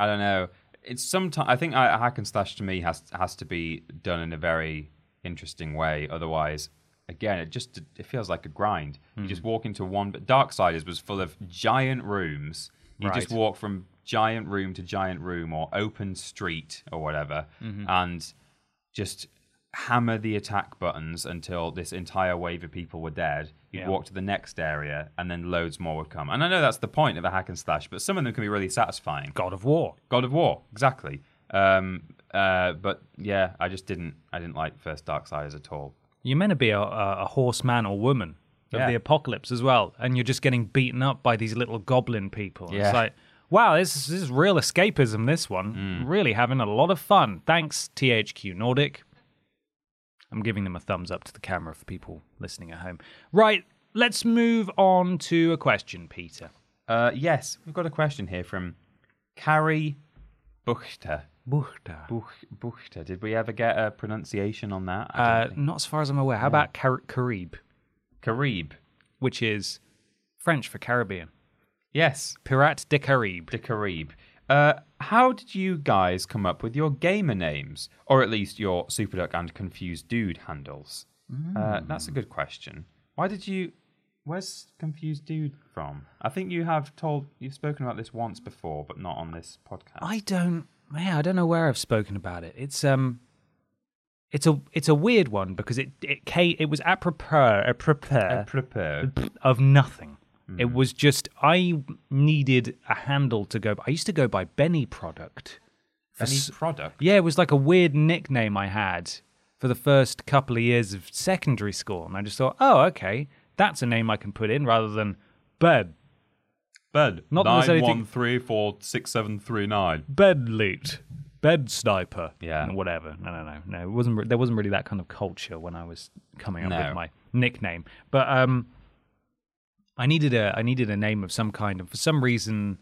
[SPEAKER 2] I don't know. It's sometimes. I think a hack and slash to me has has to be done in a very interesting way. Otherwise, again, it just it feels like a grind.
[SPEAKER 3] Hmm.
[SPEAKER 2] You just walk into one. But Darksiders was full of giant rooms. You just
[SPEAKER 3] Right.
[SPEAKER 2] walk from giant room to giant room or open street or whatever,
[SPEAKER 3] Mm-hmm.
[SPEAKER 2] and just hammer the attack buttons until this entire wave of people were dead. You'd
[SPEAKER 3] Yeah.
[SPEAKER 2] walk to the next area, and then loads more would come. And I know that's the point of a hack and slash, but some of them can be really satisfying.
[SPEAKER 3] God of War.
[SPEAKER 2] God of War, exactly. Um, uh, but yeah, I just didn't. I didn't like first Darksiders at all.
[SPEAKER 3] You're meant to be a, a, a horseman or woman of
[SPEAKER 2] Yeah.
[SPEAKER 3] the apocalypse as well, and you're just getting beaten up by these little goblin people.
[SPEAKER 2] Yeah.
[SPEAKER 3] It's like, Wow, this is, this is real escapism, this one.
[SPEAKER 2] Mm.
[SPEAKER 3] Really having a lot of fun. Thanks, THQ Nordic. I'm giving them a thumbs up to the camera for people listening at home. Right, let's move on to a question, Peter.
[SPEAKER 2] Uh, yes, we've got a question here from Carrie Buchter.
[SPEAKER 3] Uh,
[SPEAKER 2] Buch, Buchter. Did we ever get a pronunciation on that? I don't
[SPEAKER 3] Uh,
[SPEAKER 2] think.
[SPEAKER 3] not as far as I'm aware. How about Car- Carib,
[SPEAKER 2] Carib.
[SPEAKER 3] which is French for Caribbean?
[SPEAKER 2] Yes,
[SPEAKER 3] Pirate de Carib.
[SPEAKER 2] de Carib. Uh, how did you guys come up with your gamer names, or at least your Superduck and Confused Dude handles? Uh, that's a good question. Why did you? Where's Confused Dude from? I think you have told you've spoken about this once before, but not on this podcast.
[SPEAKER 3] I don't. Yeah, I don't know where I've spoken about it. It's um, it's a it's a weird one because it it ca- it was apropos
[SPEAKER 2] Uh,
[SPEAKER 3] apropos
[SPEAKER 2] Apropos.
[SPEAKER 3] of nothing. It was just I needed a handle to go. by. I used to go by Benny Product. for
[SPEAKER 2] Any
[SPEAKER 3] s-
[SPEAKER 2] product?
[SPEAKER 3] Yeah, it was like a weird nickname I had for the first couple of years of secondary school, and I just thought, oh, okay, that's a name I can put in rather than Bed
[SPEAKER 2] Bed.
[SPEAKER 3] Not that there's anything-
[SPEAKER 2] three four six seven three nine.
[SPEAKER 3] Bed Loot. Bed Sniper.
[SPEAKER 2] Yeah.
[SPEAKER 3] And whatever. No, no, no, no. It wasn't. Re- there wasn't really that kind of culture when I was coming up
[SPEAKER 2] No.
[SPEAKER 3] with my nickname, but um. I needed a I needed a name of some kind, and for some reason,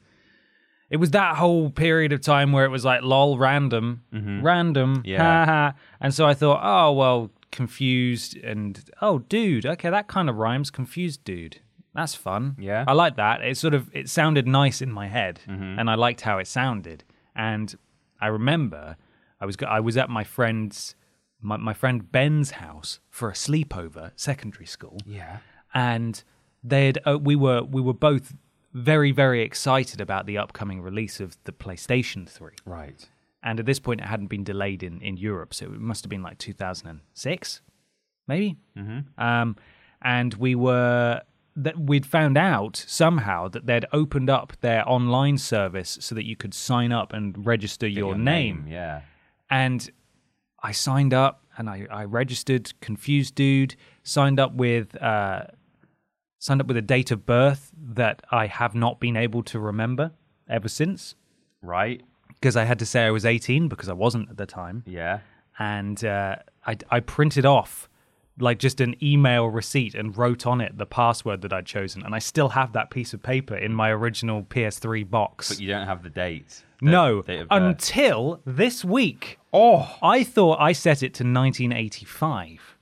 [SPEAKER 3] it was that whole period of time where it was like lol random, random,
[SPEAKER 2] Mm-hmm. Yeah.
[SPEAKER 3] ha, ha. Uh, and so I thought, oh well, confused and oh dude, okay, that kind of rhymes, confused dude. That's fun.
[SPEAKER 2] Yeah. Mm-hmm.
[SPEAKER 3] I like that. It sort of it sounded nice in my head, and I liked how it sounded. And I remember I was go- I was at my friend's my, my friend Ben's house for a sleepover, secondary school
[SPEAKER 2] Yeah.
[SPEAKER 3] and they had uh, we were we were both very very excited about the upcoming release of the PlayStation 3
[SPEAKER 2] Right.
[SPEAKER 3] and at this point it hadn't been delayed in in Europe so it must have been like 2006 maybe mm-hmm. um and we were that we'd found out somehow that they'd opened up their online service so that you could sign up and register your, name
[SPEAKER 2] Yeah.
[SPEAKER 3] and I signed up and I, I registered confused dude signed up with uh, signed up with a date of birth that I have not been able to remember ever since
[SPEAKER 2] Right.
[SPEAKER 3] because I had to say I was 18 because I wasn't at the time
[SPEAKER 2] Yeah.
[SPEAKER 3] and uh, I, I printed off like just an email receipt and wrote on it the password that I'd chosen and I still have that piece of paper in my original PS3 box
[SPEAKER 2] But you don't have the date. The
[SPEAKER 3] no
[SPEAKER 2] date of birth.
[SPEAKER 3] until this week
[SPEAKER 2] oh.
[SPEAKER 3] I thought I set it to 1985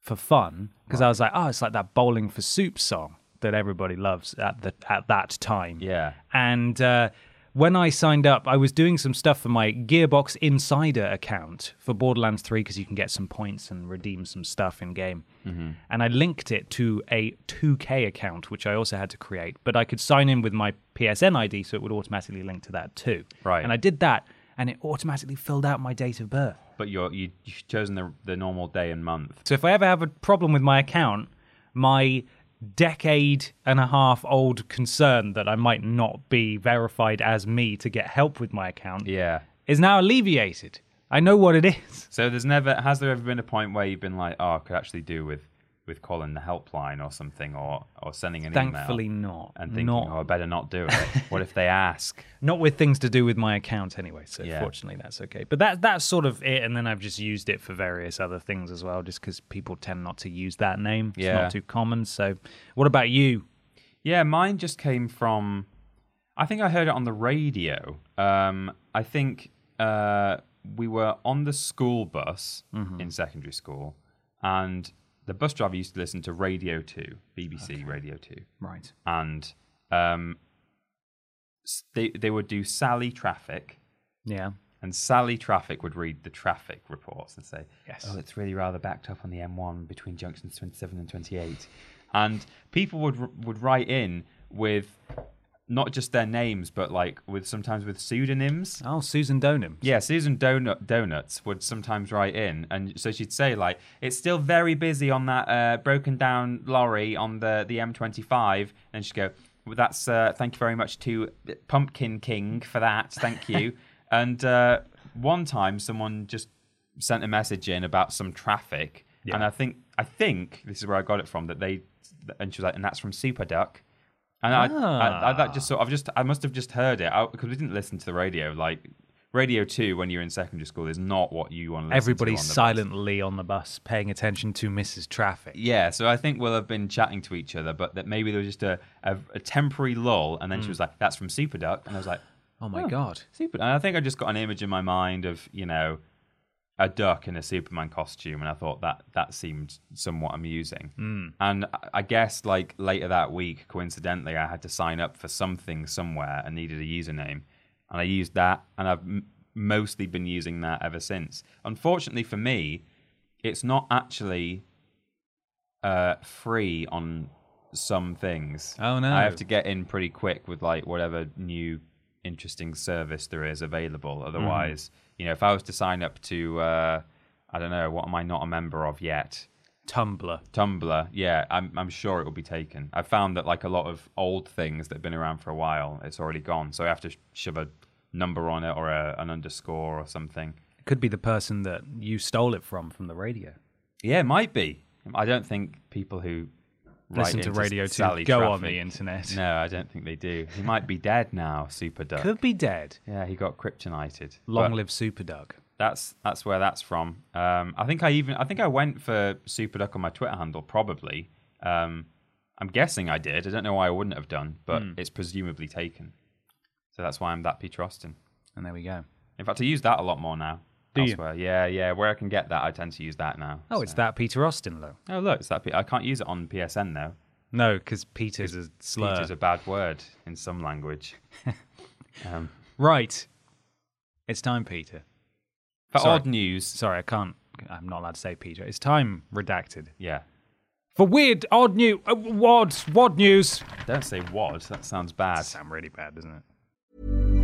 [SPEAKER 3] for fun because I was like, oh, it's like that Bowling for Soup song that everybody loves at the at that time.
[SPEAKER 2] Yeah.
[SPEAKER 3] And uh, when I signed up, I was doing some stuff for my Gearbox Insider account for Borderlands 3 because you can get some points and redeem some stuff in game. And I linked it to a 2K account, which I also had to create, but I could sign in with my PSN ID so it would automatically link to that too.
[SPEAKER 2] Right.
[SPEAKER 3] And I did that. And it automatically filled out my date of birth.
[SPEAKER 2] But you're you you've chosen the the normal day and month.
[SPEAKER 3] So if I ever have a problem with my account, my decade and a half old concern that I might not be verified as me to get help with my account
[SPEAKER 2] Yeah.
[SPEAKER 3] is now alleviated. I know what it is.
[SPEAKER 2] So there's never has there ever been a point where you've been like, oh, I could actually do with with calling the helpline or something or or sending an
[SPEAKER 3] Thankfully,
[SPEAKER 2] email
[SPEAKER 3] not.
[SPEAKER 2] and thinking,
[SPEAKER 3] not,
[SPEAKER 2] oh, I better not do it. what if they ask?
[SPEAKER 3] not with things to do with my account anyway. So
[SPEAKER 2] Yeah.
[SPEAKER 3] fortunately, that's okay. But that that's sort of it. And then I've just used it for various other things as well, just because people tend not to use that name. It's
[SPEAKER 2] Yeah.
[SPEAKER 3] not too common. So, what about you?
[SPEAKER 2] Yeah, mine just came from. I think I heard it on the radio. Um, I think uh, we were on the school bus
[SPEAKER 3] Mm-hmm.
[SPEAKER 2] in secondary school, and the bus driver used to listen to Radio 2, BBC Radio 2,
[SPEAKER 3] Right.
[SPEAKER 2] and um, s- they, they would do Sally Traffic,
[SPEAKER 3] Yeah.
[SPEAKER 2] and Sally Traffic would read the traffic reports and say,
[SPEAKER 3] Yes.
[SPEAKER 2] Oh, it's really rather backed up on the M1 between junctions 27 and 28. And people would would write in with not just their names, but like with sometimes with pseudonyms.
[SPEAKER 3] Oh, Susan Donham.
[SPEAKER 2] Yeah, Susan Donut Donuts would sometimes write in, and so she'd say like, "It's still very busy on that uh, broken down lorry on the the M25," and she'd go, well, "That's uh, thank you very much to Pumpkin King for that, thank you." and uh, one time, someone just sent a message in about some traffic, and I think I think this is where I got it from that they, and she was like, "And that's from Super Duck." And I, I, I, that just sort of, I've just, I must have just heard it because we didn't listen to the radio. Like radio two, when you're in secondary school, is not what you want. to listen
[SPEAKER 3] Everybody's
[SPEAKER 2] to on the bus.
[SPEAKER 3] silently on the bus paying attention to Mrs. Traffic.
[SPEAKER 2] Yeah, so I think we'll have been chatting to each other, but that maybe there was just a, a, a temporary lull, and then she was like, "That's from Super Duck," and I was like,
[SPEAKER 3] Oh my God.
[SPEAKER 2] Super." And I think I just got an image in my mind of you know a duck in a Superman costume, and I thought that that seemed somewhat amusing. And I- I guess like later that week, coincidentally, I had to sign up for something somewhere and needed a username, and I used that, and I've m- mostly been using that ever since. Unfortunately for me, it's not actually uh, free on some things.
[SPEAKER 3] Oh, no.
[SPEAKER 2] I have to get in pretty quick with like whatever new interesting service there is available.
[SPEAKER 3] Mm-hmm.
[SPEAKER 2] Otherwise, you know, if I was to sign up to, uh, I don't know, what am I not a member of yet?
[SPEAKER 3] Tumblr.
[SPEAKER 2] Tumblr, yeah, I'm, I'm sure it will be taken. I found that like a lot of old things that have been around for a while, it's already gone. So I have to sh- shove a number on it or a, an underscore or something.
[SPEAKER 3] It could be the person that you stole it from from the radio.
[SPEAKER 2] Yeah, it might be. I don't think people who write
[SPEAKER 3] Listen to
[SPEAKER 2] into
[SPEAKER 3] Radio 2.
[SPEAKER 2] Sally
[SPEAKER 3] go
[SPEAKER 2] Traffic-
[SPEAKER 3] on the internet.
[SPEAKER 2] No, I don't think they do. He might be dead now, Super Duck.
[SPEAKER 3] Could be dead.
[SPEAKER 2] Yeah, he got kryptonited.
[SPEAKER 3] Long
[SPEAKER 2] But
[SPEAKER 3] live Superdog.
[SPEAKER 2] That's that's where that's from. Um, I think I even I think I went for Super Duck on my Twitter handle probably. Um, I'm guessing I did. I don't know why I wouldn't have done, but
[SPEAKER 3] Hmm.
[SPEAKER 2] it's presumably taken. So that's why I'm that Peter Austin.
[SPEAKER 3] And there we go.
[SPEAKER 2] In fact, I use that a lot more now.
[SPEAKER 3] Do you?
[SPEAKER 2] elsewhere. Yeah, yeah. Where I can get that, I tend to use that now.
[SPEAKER 3] Oh, it's
[SPEAKER 2] So-
[SPEAKER 3] that Peter Austin, though.
[SPEAKER 2] Oh, look, it's that. P- I can't use it on PSN though.
[SPEAKER 3] No, because Peter's a slur.
[SPEAKER 2] Peter's a bad word in some language. um,
[SPEAKER 3] Right. It's time, Peter.
[SPEAKER 2] for
[SPEAKER 3] Sorry.
[SPEAKER 2] odd news,
[SPEAKER 3] Sorry, I can't. I'm not allowed to say Peter. It's time redacted.
[SPEAKER 2] yeah.
[SPEAKER 3] For weird, odd news. Uh, wad, wad news.
[SPEAKER 2] Don't say wad. That sounds bad.
[SPEAKER 3] That sound really bad, doesn't it?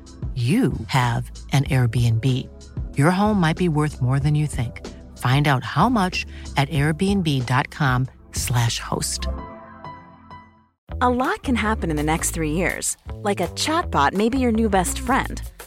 [SPEAKER 5] you have an Airbnb. Your home might be worth more than you think. Find out how much at airbnb.com/slash host.
[SPEAKER 6] A lot can happen in the next three years. Like a chatbot may be your new best friend.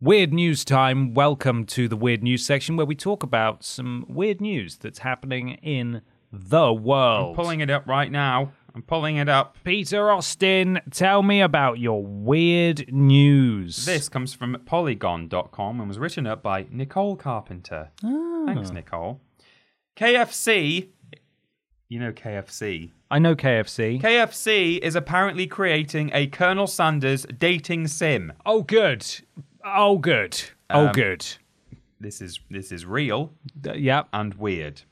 [SPEAKER 3] Weird news time. Welcome to the weird news section where we talk about some weird news that's happening in the world.
[SPEAKER 2] I'm pulling it up right now. I'm pulling it up.
[SPEAKER 3] Peter Austin, tell me about your weird news.
[SPEAKER 2] This comes from polygon.com and was written up by Nicole Carpenter.
[SPEAKER 3] Ah. Hmm.
[SPEAKER 2] Thanks, Nicole. KFC. You know KFC.
[SPEAKER 3] I know KFC.
[SPEAKER 2] KFC is apparently creating a Colonel Sanders dating sim.
[SPEAKER 3] oh, good. Oh, good. oh,
[SPEAKER 2] Um,
[SPEAKER 3] good.
[SPEAKER 2] This is this is real
[SPEAKER 3] D- yeah.
[SPEAKER 2] and weird.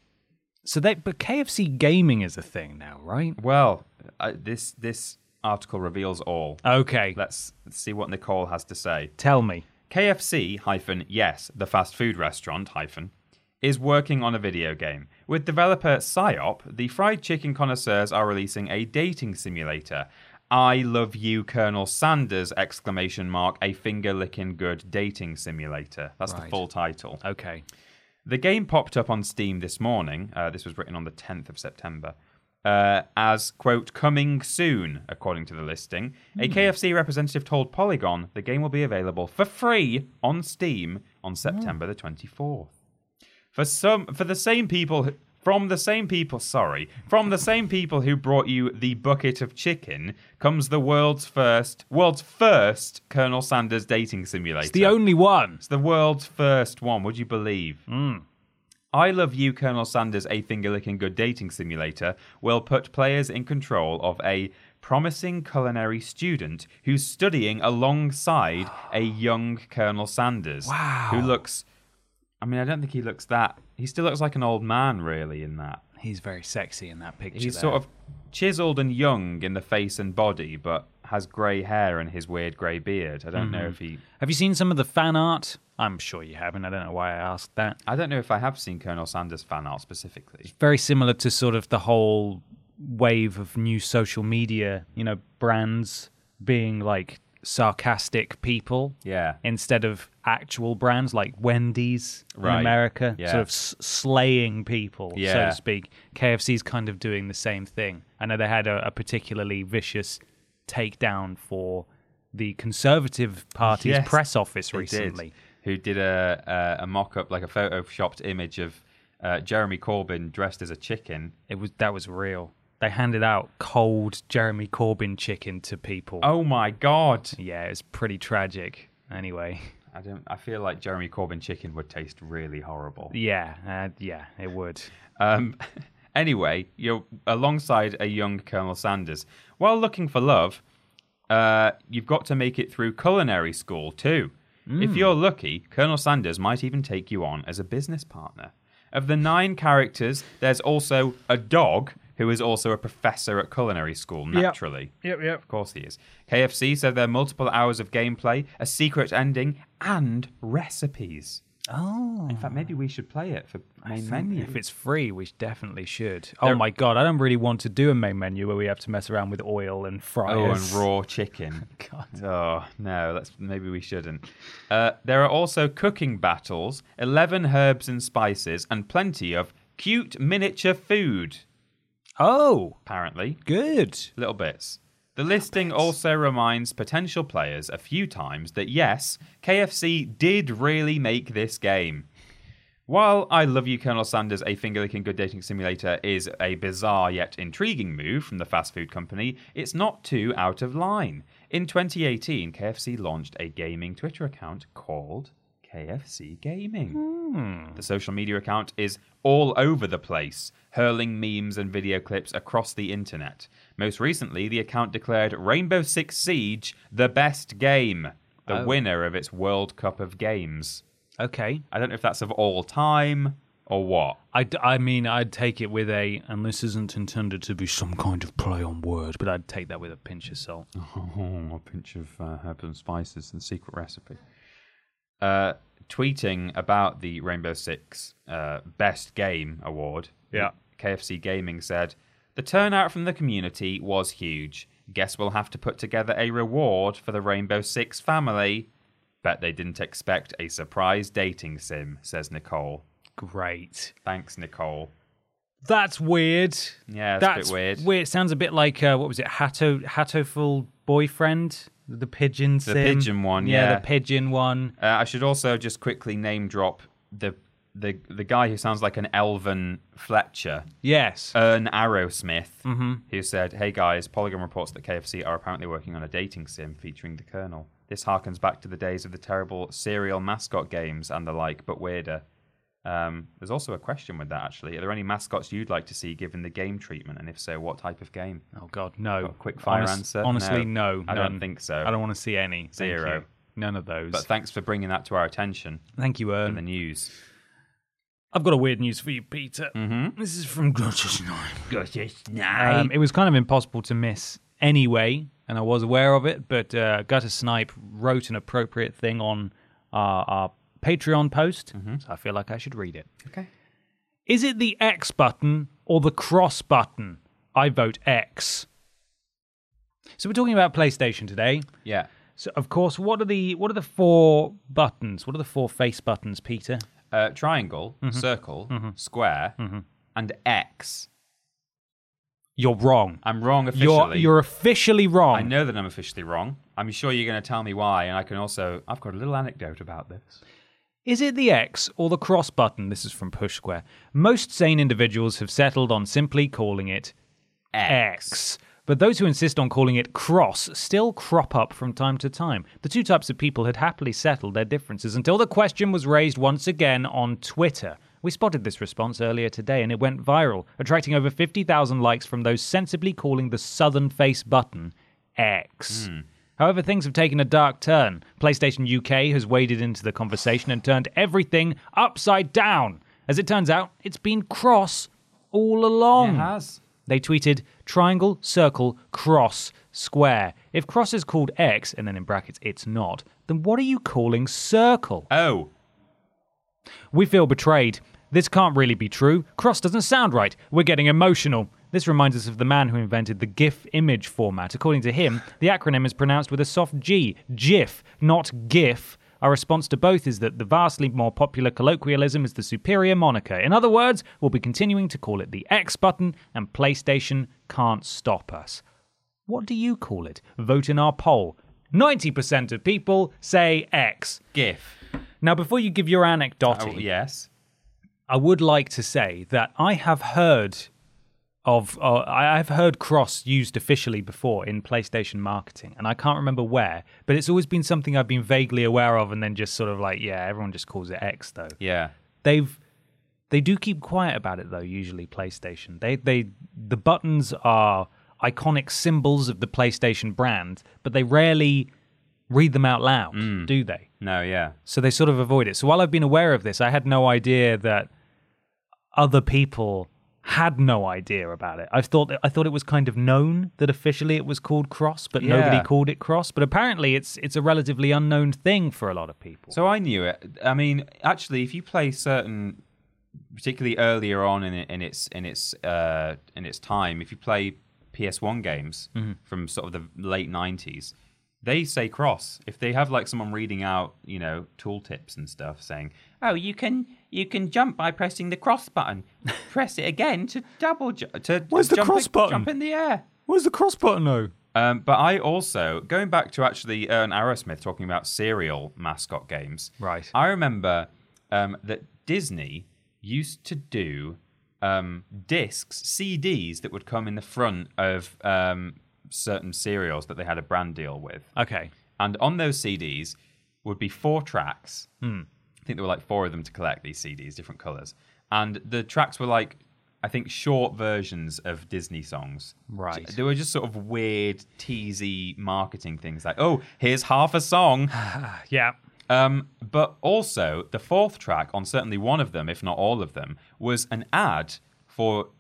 [SPEAKER 3] So they, but KFC gaming is a thing now, right?
[SPEAKER 2] Well, uh, this this article reveals all.
[SPEAKER 3] Okay.
[SPEAKER 2] Let's see what Nicole has to say.
[SPEAKER 3] tell me.
[SPEAKER 2] KFC hyphen yes, the fast food restaurant hyphen is working on a video game. With developer Psyop, the fried chicken connoisseurs are releasing a dating simulator. I love you, Colonel Sanders! Exclamation mark! A finger licking good dating simulator. That's the
[SPEAKER 3] Right.
[SPEAKER 2] full title.
[SPEAKER 3] Okay.
[SPEAKER 2] The game popped up on Steam this morning. Uh, this was written on the 10th of September. Uh, as, quote, coming soon, according to the listing.
[SPEAKER 3] Hmm.
[SPEAKER 2] A KFC representative told Polygon the game will be available for free on Steam on September the 24th. For some, for the same people, who- from the same people, sorry, from the same people who brought you the bucket of chicken comes the world's first, world's first Colonel Sanders dating simulator.
[SPEAKER 3] It's the only one. Hmm.
[SPEAKER 2] It's the world's first one, would you believe? I Love You, Colonel Sanders, a finger licking good dating simulator will put players in control of a promising culinary student who's studying alongside a young Colonel Sanders. Wow. Who looks, I mean, I don't think he looks that, he still looks like an old man, really, in that.
[SPEAKER 3] He's very sexy in that picture.
[SPEAKER 2] He's
[SPEAKER 3] there.
[SPEAKER 2] sort of chiseled and young in the face and body, but has grey hair and his weird grey beard. I don't know
[SPEAKER 3] Mm-hmm.
[SPEAKER 2] if he
[SPEAKER 3] Have you seen some of the fan art? I'm sure you haven't. I don't know why I asked that.
[SPEAKER 2] I don't know if I have seen Colonel Sanders fan art specifically.
[SPEAKER 3] Very similar to sort of the whole wave of new social media, you know, brands being like sarcastic people
[SPEAKER 2] Yeah.
[SPEAKER 3] instead of actual brands like Wendy's in
[SPEAKER 2] Right.
[SPEAKER 3] America,
[SPEAKER 2] Yeah.
[SPEAKER 3] sort of s- slaying people, so
[SPEAKER 2] Yeah.
[SPEAKER 3] to speak. KFC's kind of doing the same thing. I know they had a, a particularly vicious takedown for the Conservative Party's
[SPEAKER 2] Yes,
[SPEAKER 3] press office
[SPEAKER 2] They did.
[SPEAKER 3] recently.
[SPEAKER 2] who did a a, a mock up, like a photoshopped image of uh, Jeremy Corbyn dressed as a chicken.
[SPEAKER 3] It was that was real. They handed out cold Jeremy Corbyn chicken to people.
[SPEAKER 2] Oh my god!
[SPEAKER 3] Yeah, it was pretty tragic. Anyway,
[SPEAKER 2] I don't. I feel like Jeremy Corbyn chicken would taste really horrible.
[SPEAKER 3] yeah, uh, yeah, it would.
[SPEAKER 2] Um, anyway, you're alongside a young Colonel Sanders. While looking for love, uh, you've got to make it through culinary school too.
[SPEAKER 3] Hmm.
[SPEAKER 2] If you're lucky, Colonel Sanders might even take you on as a business partner. Of the nine characters, there's also a dog who is also a professor at culinary school, naturally. Yep, yep. Of course he is. KFC said there are multiple hours of gameplay, a secret ending, and recipes.
[SPEAKER 3] Oh,
[SPEAKER 2] In fact, maybe we should play it for main menu.
[SPEAKER 3] if it's free, we definitely should. Oh my god, I don't really want to do a main menu where we have to mess around with oil and fries.
[SPEAKER 2] Oh, and raw chicken.
[SPEAKER 3] God.
[SPEAKER 2] Oh no, that's maybe we shouldn't. Uh, there are also cooking battles, eleven herbs and spices, and plenty of cute miniature food.
[SPEAKER 3] Oh,
[SPEAKER 2] Apparently,
[SPEAKER 3] good.
[SPEAKER 2] little bits. The listing also reminds potential players a few times that yes, KFC did really make this game. While I Love You, Colonel Sanders, a finger licking good dating simulator is a bizarre yet intriguing move from the fast food company, it's not too out of line. In 2018, KFC launched a gaming Twitter account called KFC Gaming.
[SPEAKER 3] Hmm.
[SPEAKER 2] The social media account is all over the place, hurling memes and video clips across the internet. Most recently, the account declared Rainbow Six Siege the best game, the
[SPEAKER 3] Oh.
[SPEAKER 2] winner of its World Cup of Games.
[SPEAKER 3] Okay.
[SPEAKER 2] I don't know if that's of all time or what.
[SPEAKER 3] I, d- I mean, I'd take it with a, and this isn't intended to be some kind of play on word, but I'd take that with a pinch of salt.
[SPEAKER 2] a pinch of uh, herbs and spices and secret recipe. Uh, tweeting about the Rainbow Six uh, Best Game Award,
[SPEAKER 3] Yeah.
[SPEAKER 2] KFC Gaming said, The turnout from the community was huge. Guess we'll have to put together a reward for the Rainbow Six family. Bet they didn't expect a surprise dating sim, says Nicole.
[SPEAKER 3] Great.
[SPEAKER 2] Thanks, Nicole.
[SPEAKER 3] That's weird.
[SPEAKER 2] Yeah, that's a bit weird.
[SPEAKER 3] Sounds a bit like uh, what was it? Hatto Hattoful boyfriend, the pigeon.
[SPEAKER 2] The
[SPEAKER 3] sim.
[SPEAKER 2] pigeon one, yeah.
[SPEAKER 3] the pigeon one.
[SPEAKER 2] Uh, I should also just quickly name drop the the the guy who sounds like an elven Fletcher,
[SPEAKER 3] Yes.
[SPEAKER 2] Ern Arrowsmith,
[SPEAKER 3] Mm-hmm.
[SPEAKER 2] who said, "Hey guys, Polygon reports that KFC are apparently working on a dating sim featuring the Colonel. This harkens back to the days of the terrible serial mascot games and the like, but weirder." Um, there's also a question with that actually. Are there any mascots you'd like to see given the game treatment, and if so, what type of game?
[SPEAKER 3] oh God, no.
[SPEAKER 2] A quick fire
[SPEAKER 3] Honest-
[SPEAKER 2] answer?
[SPEAKER 3] Honestly, no.
[SPEAKER 2] No. I don't
[SPEAKER 3] none.
[SPEAKER 2] think so.
[SPEAKER 3] I don't want to see any. Thank
[SPEAKER 2] Zero.
[SPEAKER 3] you. None of those.
[SPEAKER 2] But thanks for bringing that to our attention
[SPEAKER 3] Thank you,
[SPEAKER 2] in
[SPEAKER 3] Ern.
[SPEAKER 2] the news.
[SPEAKER 3] I've got a weird news for you, Peter. Mm-hmm. This is from Grudge's Nine. Um, it was kind of impossible to miss anyway, and I was aware of it. But uh, Gutter Snipe wrote an appropriate thing on our, our Patreon
[SPEAKER 2] Mm-hmm.
[SPEAKER 3] post, so I feel like I should read it.
[SPEAKER 2] Okay.
[SPEAKER 3] Is it the X button or the cross button? I vote X. So we're talking about PlayStation today.
[SPEAKER 2] Yeah.
[SPEAKER 3] So of course, what are the what are the four buttons? What are the four face buttons, Peter?
[SPEAKER 2] uh, triangle,
[SPEAKER 3] Mm-hmm.
[SPEAKER 2] circle, square, and X.
[SPEAKER 3] You're wrong.
[SPEAKER 2] I'm wrong officially.
[SPEAKER 3] You're you're officially wrong.
[SPEAKER 2] I know that I'm officially wrong. I'm sure you're going to tell me why, and I can also. I've got a little anecdote about this.
[SPEAKER 3] Is it the X or the cross button? This is from Push Square. Most sane individuals have settled on simply calling it X. But those who insist on calling it cross still crop up from time to time. The two types of people had happily settled their differences until the question was raised once again on Twitter. We spotted this response earlier today and it went viral, attracting over 50,000 likes from those sensibly calling the southern face button X. However, things have taken a dark turn. PlayStation UK has waded into the conversation and turned everything upside down. As it turns out, it's been cross all along.
[SPEAKER 2] has.
[SPEAKER 3] They tweeted triangle, circle, cross, square. If cross is called X, and then in brackets it's not, then what are you calling circle?
[SPEAKER 2] Oh,
[SPEAKER 3] We feel betrayed. This can't really be true. Cross doesn't sound right. We're getting emotional. This reminds us of the man who invented the GIF image format. According to him, the acronym is pronounced with a soft G, GIF, not GIF. Our response to both is that the vastly more popular colloquialism is the superior moniker. In other words, we'll be continuing to call it the X button, and PlayStation can't stop us. What do you call it? Vote in our poll. 90% of people say X.
[SPEAKER 2] GIF.
[SPEAKER 3] Now, before you give your anecdote,
[SPEAKER 2] Oh, yes.
[SPEAKER 3] I would like to say that I have heard of uh, I- I've heard cross used officially before in PlayStation marketing, and I can't remember where, but it's always been something I've been vaguely aware of, and then just sort of like, yeah, everyone just calls it X though.
[SPEAKER 2] Yeah.
[SPEAKER 3] They've they do keep quiet about it though. Usually PlayStation, they they the buttons are iconic symbols of the PlayStation brand, but they rarely read them out loud, do they?
[SPEAKER 2] No. Yeah.
[SPEAKER 3] So they sort of avoid it. So while I've been aware of this, I had no idea that other people had no idea about it. I thought I thought it was kind of known that officially it was called cross, but
[SPEAKER 2] Yeah.
[SPEAKER 3] nobody called it cross. But apparently it's it's a relatively unknown thing for a lot of people.
[SPEAKER 2] So I knew it. I mean, actually, if you play certain, particularly earlier on in, it, in its in its uh, in its time, if you play PS1 games
[SPEAKER 3] Mm-hmm.
[SPEAKER 2] from sort of the late '90s, they say cross. If they have like someone reading out, you know, tooltips and stuff, saying, "Oh, you can you can jump by pressing the cross button. Press it again to double ju- to
[SPEAKER 3] Where's the
[SPEAKER 2] jump
[SPEAKER 3] cross
[SPEAKER 2] in-
[SPEAKER 3] button?
[SPEAKER 2] Jump in the air."
[SPEAKER 3] where's the cross button though?
[SPEAKER 2] Um, but I also going back to actually Ern Arrowsmith talking about serial mascot games.
[SPEAKER 3] Right.
[SPEAKER 2] I remember um, that Disney used to do um, discs, CDs that would come in the front of um, certain serials that they had a brand deal with,
[SPEAKER 3] Okay.
[SPEAKER 2] and on those CDs would be four tracks. I think there were like four of them to collect these CDs, different colors, and the tracks were like. I think short versions of Disney songs.
[SPEAKER 3] Right.
[SPEAKER 2] They were just sort of weird, teasy marketing things like, oh, here's half a song.
[SPEAKER 3] Yeah.
[SPEAKER 2] Um, but also, the fourth track on certainly one of them, if not all of them, was an ad for,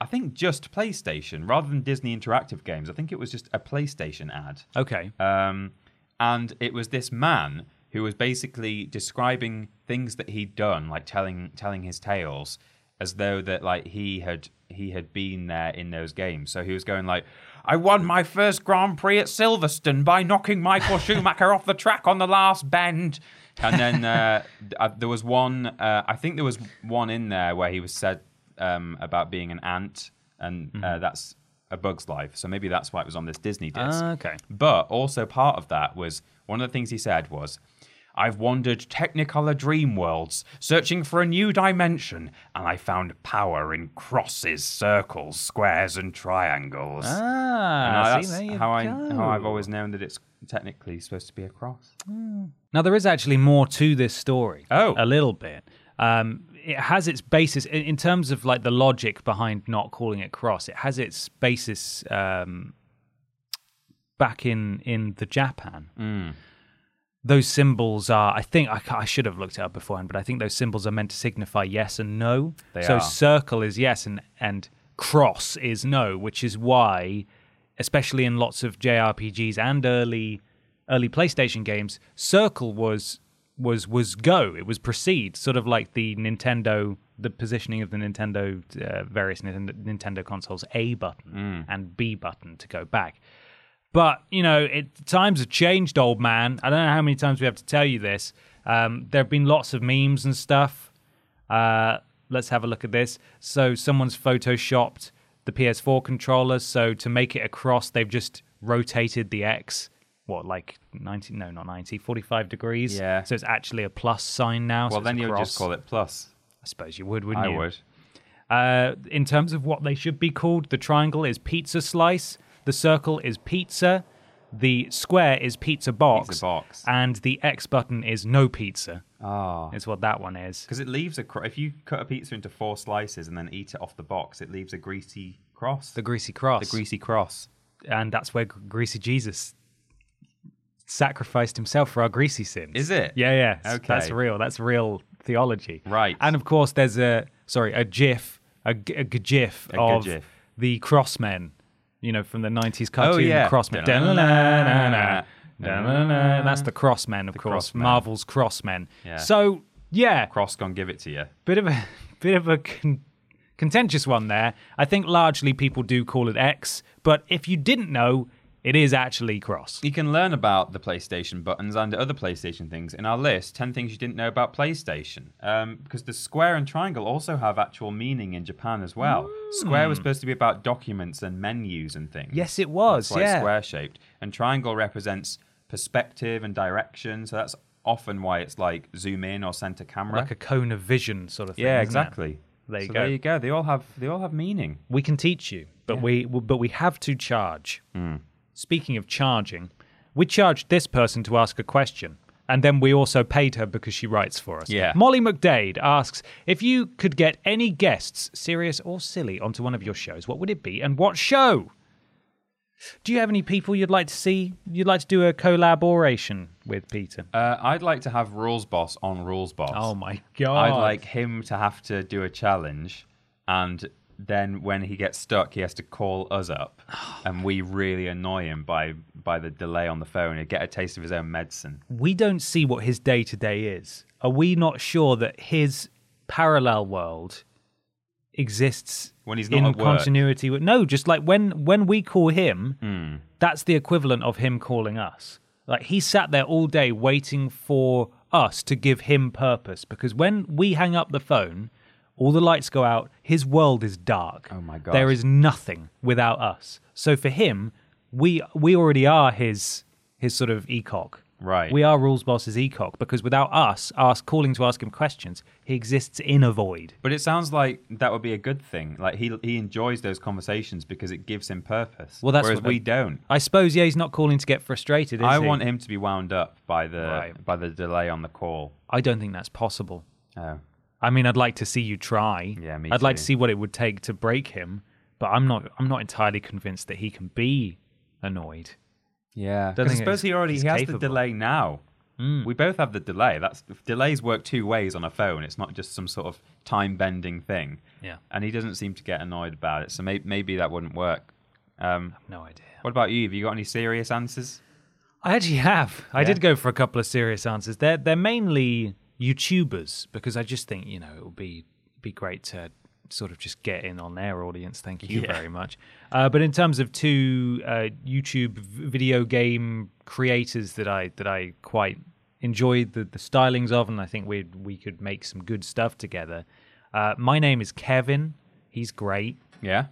[SPEAKER 2] I think, just PlayStation rather than Disney Interactive Games. I think it was just a PlayStation ad.
[SPEAKER 3] Okay.
[SPEAKER 2] Um, and it was this man who was basically describing things that he'd done, like telling telling his tales, as though that like he had he had been there in those games. So he was going like, "I won my first Grand Prix at Silverstone by knocking Michael Schumacher off the track on the last bend." And then uh, th- uh, there was one. Uh, I think there was one in there where he was said um, about being an ant, and uh, that's a bug's life. So maybe that's why it was on this Disney disc.
[SPEAKER 3] Okay.
[SPEAKER 2] But also part of that was one of the things he said was, I've wandered Technicolor dream worlds, searching for a new dimension, and I found power in crosses, circles, squares, and triangles. And
[SPEAKER 3] Ah,
[SPEAKER 2] I-
[SPEAKER 3] see,
[SPEAKER 2] that's
[SPEAKER 3] there you
[SPEAKER 2] how I
[SPEAKER 3] go.
[SPEAKER 2] how I've always known that it's technically supposed to be a cross.
[SPEAKER 3] Now, there is actually more to this story.
[SPEAKER 2] Oh.
[SPEAKER 3] A little bit. Um, it has its basis in, in terms of like the logic behind not calling it cross. It has its basis um, back in in the Japan. Those symbols are, I think, I, ca- I should have looked it up beforehand, but I think those symbols are meant to signify yes and no.
[SPEAKER 2] They
[SPEAKER 3] so
[SPEAKER 2] are.
[SPEAKER 3] circle is yes and and cross is no, which is why, especially in lots of JRPGs and early early PlayStation games, circle was was was go. It was proceed, sort of like the Nintendo, the positioning of the Nintendo uh, various Nintendo, Nintendo consoles, A
[SPEAKER 2] Mm.
[SPEAKER 3] button and B button to go back. But you know, it times have changed, old man. I don't know how many times we have to tell you this. Um, there have been lots of memes and stuff. Uh, let's have a look at this. So someone's photoshopped the PS4 controller. So to make it a cross, they've just rotated the X. What, like 90? No, not 90, 45 degrees.
[SPEAKER 2] Yeah.
[SPEAKER 3] So it's actually a plus sign now.
[SPEAKER 2] Well, then you would
[SPEAKER 3] would
[SPEAKER 2] just call it plus.
[SPEAKER 3] I suppose you would, wouldn't
[SPEAKER 2] I
[SPEAKER 3] you?
[SPEAKER 2] would.
[SPEAKER 3] Uh, in terms of what they should be called, the triangle is pizza slice, the circle is pizza, the square is pizza box,
[SPEAKER 2] Pizza box.
[SPEAKER 3] and the X button is no pizza.
[SPEAKER 2] Ah.
[SPEAKER 3] Is what that one is.
[SPEAKER 2] Because it leaves a cro- if you cut a pizza into four slices and then eat it off the box, it leaves a greasy cross.
[SPEAKER 3] The greasy cross,
[SPEAKER 2] The greasy cross.
[SPEAKER 3] and that's where Gr- greasy Jesus sacrificed himself for our greasy sins.
[SPEAKER 2] Is it?
[SPEAKER 3] Yeah, yeah. S-
[SPEAKER 2] Okay.
[SPEAKER 3] That's real. That's real theology.
[SPEAKER 2] Right.
[SPEAKER 3] And of course, there's a sorry, a GIF, a, g- a g- GIF
[SPEAKER 2] A
[SPEAKER 3] of
[SPEAKER 2] gif. Oh,
[SPEAKER 3] the Crossmen. You know, from the '90s cartoon
[SPEAKER 2] yeah.
[SPEAKER 3] Crossmen.
[SPEAKER 2] Da-na-na-na-na.
[SPEAKER 3] Da-na-na-na. That's the Crossmen, of course.
[SPEAKER 2] Crossmen.
[SPEAKER 3] Marvel's Crossmen.
[SPEAKER 2] Yeah.
[SPEAKER 3] So yeah,
[SPEAKER 2] Cross gonna give it to you.
[SPEAKER 3] bit of a bit of a con- contentious one there. I think largely people do call it X, but if you didn't know, it is actually Cross.
[SPEAKER 2] You can learn about the PlayStation buttons and other PlayStation things in our list 10 Things You Didn't Know About PlayStation. Um, because the square and triangle also have actual meaning in Japan as well. Square was supposed to be about documents and menus and things.
[SPEAKER 3] Mm. Yes, it was,
[SPEAKER 2] That's why
[SPEAKER 3] yeah.
[SPEAKER 2] it's square shaped. And triangle represents perspective and direction. So that's often why it's like zoom in or center camera.
[SPEAKER 3] Like a cone of vision sort of thing. isn't
[SPEAKER 2] yeah,
[SPEAKER 3] it?
[SPEAKER 2] exactly.
[SPEAKER 3] There you
[SPEAKER 2] So
[SPEAKER 3] go.
[SPEAKER 2] There you go. They all have they all have meaning.
[SPEAKER 3] We can teach you, but we but we have to charge.
[SPEAKER 2] Mm.
[SPEAKER 3] Speaking of charging, we charged this person to ask a question, and then we also paid her because she writes for us.
[SPEAKER 2] Yeah.
[SPEAKER 3] Molly McDade asks if you could get any guests, serious or silly, onto one of your shows. What would it be, and what show? Do you have any people you'd like to see? You'd like to do a collaboration with Peter?
[SPEAKER 2] Uh, I'd like to have Rules Boss on Rules Boss.
[SPEAKER 3] oh my god!
[SPEAKER 2] I'd like him to have to do a challenge, and then when he gets stuck, he has to call us up, and we really annoy him by by the delay on the phone. and get a taste of his own medicine.
[SPEAKER 3] we don't see what his day to day is. Are we not sure that his parallel world exists
[SPEAKER 2] When he's not
[SPEAKER 3] in
[SPEAKER 2] at work.
[SPEAKER 3] continuity with no, just like when when we call him,
[SPEAKER 2] Hmm.
[SPEAKER 3] that's the equivalent of him calling us. Like he sat there all day waiting for us to give him purpose because when we hang up the phone, all the lights go out, his world is dark.
[SPEAKER 2] Oh my
[SPEAKER 3] god. There
[SPEAKER 2] gosh.
[SPEAKER 3] is nothing without us. So for him, we we already are his his sort of ecock.
[SPEAKER 2] Right.
[SPEAKER 3] We are rules boss's ecock because without us ask calling to ask him questions, he exists in a void.
[SPEAKER 2] But it sounds like that would be a good thing. Like he he enjoys those conversations because it gives him purpose.
[SPEAKER 3] Well, that's
[SPEAKER 2] whereas
[SPEAKER 3] what-
[SPEAKER 2] we don't.
[SPEAKER 3] I suppose yeah, he's not calling to get frustrated. Is
[SPEAKER 2] I
[SPEAKER 3] he?
[SPEAKER 2] want him to be wound up by the
[SPEAKER 3] Right.
[SPEAKER 2] by the delay on the call.
[SPEAKER 3] I don't think that's possible.
[SPEAKER 2] Oh,
[SPEAKER 3] I mean, I'd like to see you try.
[SPEAKER 2] Yeah, me
[SPEAKER 3] I'd like
[SPEAKER 2] too.
[SPEAKER 3] to see what it would take to break him, but I'm not. I'm not entirely convinced that he can be annoyed.
[SPEAKER 2] yeah.
[SPEAKER 3] Don't
[SPEAKER 2] I
[SPEAKER 3] think
[SPEAKER 2] suppose
[SPEAKER 3] he's-
[SPEAKER 2] he already
[SPEAKER 3] he's
[SPEAKER 2] he has
[SPEAKER 3] capable.
[SPEAKER 2] the delay now.
[SPEAKER 3] Hmm.
[SPEAKER 2] We both have the delay. That's delays work two ways on a phone. It's not just some sort of time bending thing.
[SPEAKER 3] Yeah.
[SPEAKER 2] and he doesn't seem to get annoyed about it. So may- maybe that wouldn't work. Um,
[SPEAKER 3] No idea.
[SPEAKER 2] what about you? Have you got any serious answers?
[SPEAKER 3] I actually have. I did go for a couple of serious answers. They're they're mainly YouTubers because I just think you know it would be be great to sort of just get in on their audience. Thank you very much. Uh, but in terms of two uh, YouTube v- video game creators that I that I quite enjoyed the, the stylings of, and I think we we could make some good stuff together. Uh, my name is Kevin. He's great.
[SPEAKER 2] Yeah.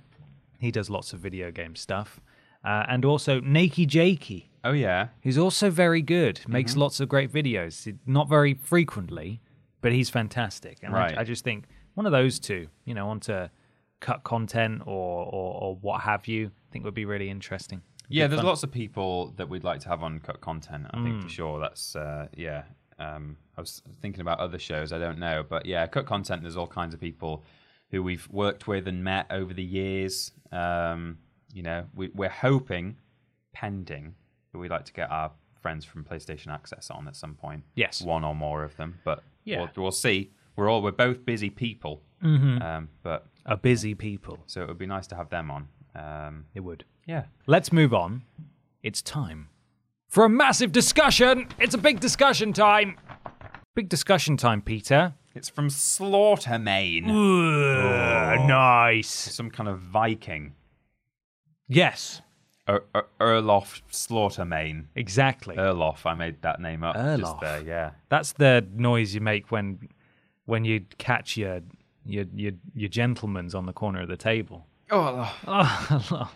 [SPEAKER 3] He does lots of video game stuff, uh, and also Nakey Jakey
[SPEAKER 2] Oh yeah.
[SPEAKER 3] who's also very good, makes lots of great videos. Not very frequently, but he's fantastic. And I-
[SPEAKER 2] Right.
[SPEAKER 3] I, just think one of those two, you know, onto cut content or, or, or what have you, I think would be really interesting.
[SPEAKER 2] Yeah, there's lots of people that we'd like to have on cut content. I
[SPEAKER 3] Hmm.
[SPEAKER 2] think for sure. That's uh, yeah. Um, I was thinking about other shows. I don't know, but yeah, cut content. There's all kinds of people who we've worked with and met over the years. Um, you know, we, we're hoping, pending, that we'd like to get our friends from PlayStation Access on at some point.
[SPEAKER 3] Yes.
[SPEAKER 2] one or more of them, but
[SPEAKER 3] Yeah.
[SPEAKER 2] we'll, we'll see. We're all we're both busy people,
[SPEAKER 3] Mm-hmm.
[SPEAKER 2] um, but
[SPEAKER 3] Are busy people.
[SPEAKER 2] so it would be nice to have them on. Um,
[SPEAKER 3] It would.
[SPEAKER 2] yeah.
[SPEAKER 3] Let's move on. It's time for a massive discussion. It's a big discussion time. Big discussion time, Peter.
[SPEAKER 2] It's from Slaughtermain.
[SPEAKER 3] Nice.
[SPEAKER 2] some kind of Viking.
[SPEAKER 3] Yes.
[SPEAKER 2] Er, er, Erlof Slaughtermain. Uh,
[SPEAKER 3] Exactly.
[SPEAKER 2] Erlof, I made that name up
[SPEAKER 3] Erlof.
[SPEAKER 2] just there, yeah.
[SPEAKER 3] That's the noise you make when when you catch your your your, your gentleman's on the corner of the table. Oh,